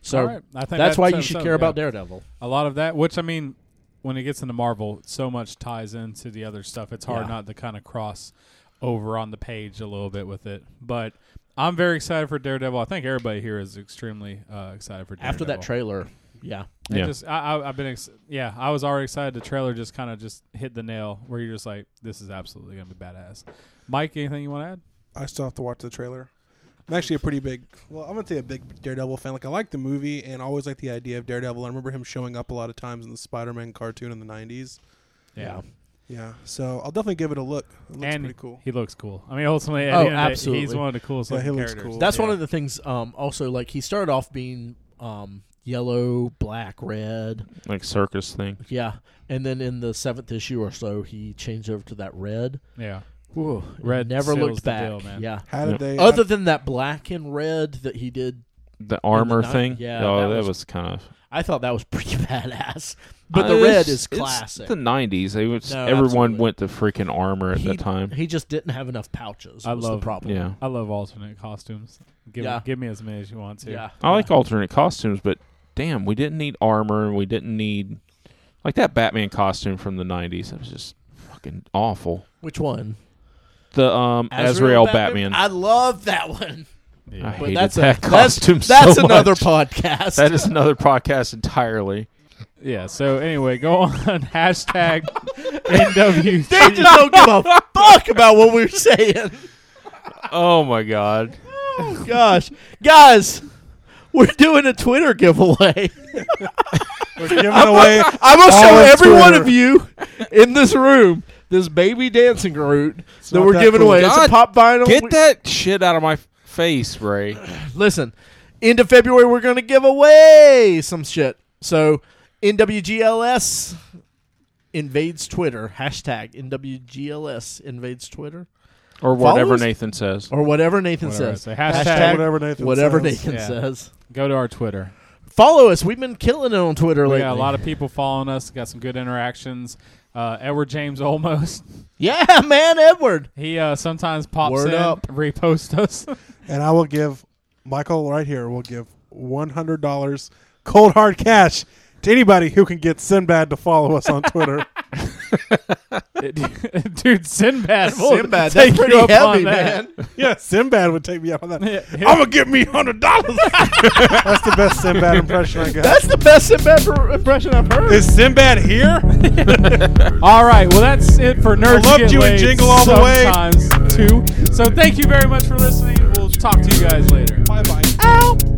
So All right. I think that's why you sums should up, care about yeah. Daredevil. a lot of that. Which I mean, when it gets into Marvel, so much ties into the other stuff. It's hard Yeah. not to kind of cross over on the page a little bit with it. But I'm very excited for Daredevil. I think everybody here is extremely uh, excited for Daredevil. After that trailer, yeah, It Yeah. just I, I, I've been ex- yeah I was already excited. The trailer just kind of just hit the nail where you're just like this is absolutely gonna be badass. Mike, anything you want to add? I still have to watch the trailer. I'm actually a pretty big. Well, I'm gonna say a big Daredevil fan. Like I like the movie and I always like the idea of Daredevil. I remember him showing up a lot of times in the Spider-Man cartoon in the '90s. Yeah. Yeah, so I'll definitely give it a look. It looks and pretty cool. he looks cool. I mean, ultimately, at Oh, the end of the day, he's absolutely. one of the coolest Yeah, he looking looks characters. cool. That's one of the things. Um, also, like he started off being um, yellow, black, red. like circus thing. Yeah, and then in the seventh issue or so, he changed over to that red. Yeah, Whoa, and Red never seals looked the back. deal, man. Yeah. How did Yeah. they? Other than that black and red that he did, The armor night- thing. yeah, oh, that that, was- was, kind of. I thought that was pretty badass. But Uh, the red it's- is it's classic. the '90s. They was, No, everyone absolutely. went to freaking armor at he, that time. he just didn't have enough pouches. I was love- the problem. Yeah, I love alternate costumes. Give, Yeah. give me as many as you want to. yeah. I like alternate costumes, but damn, we didn't need armor and we didn't need like that Batman costume from the '90s. That was just fucking awful. Which one? The um Azrael Batman. I love that one. I But hated that's that a, costume That's, that's so another much. podcast. That is another podcast entirely. Yeah. So anyway, go on hashtag NW. they just don't give a fuck about what we're saying. Oh, Oh my god. Gosh, guys, we're doing a Twitter giveaway. We're giving away. I will All show of every one Twitter. of you in this room this baby dancing root that not we're that giving cool. away. it's a God, pop vinyl. We- Get that shit out of my face, Ray. Listen, end of February we're going to give away some shit. So NWGLS invades Twitter hashtag NWGLS invades Twitter Or whatever Follows? Nathan says. or whatever Nathan Whatever I says. say. Hashtag whatever Nathan whatever says. Nathan Yeah. says. Go to our Twitter. Follow us. We've been killing it on Twitter We lately. got a lot of people following us. Got some good interactions. Uh, Edward James almost. yeah, man, Edward. He uh, sometimes pops Word in, up. repost us. and I will give Michael right here. Will give one hundred dollars cold hard cash to anybody who can get Sinbad to follow us on Twitter. Dude, Sinbad. will Sinbad, take that's pretty you up on heavy, that. man. yeah, Sinbad would take me up on that. Yeah. gonna give me hundred dollars. That's the best Sinbad impression I got. That's the best Sinbad pr- impression I've heard. Is Sinbad here? All right, well that's it for nerds. loved Get you and Laid Jingle All the Way. Sometimes too. So thank you very much for listening. We'll talk to you guys later. bye bye. Ow.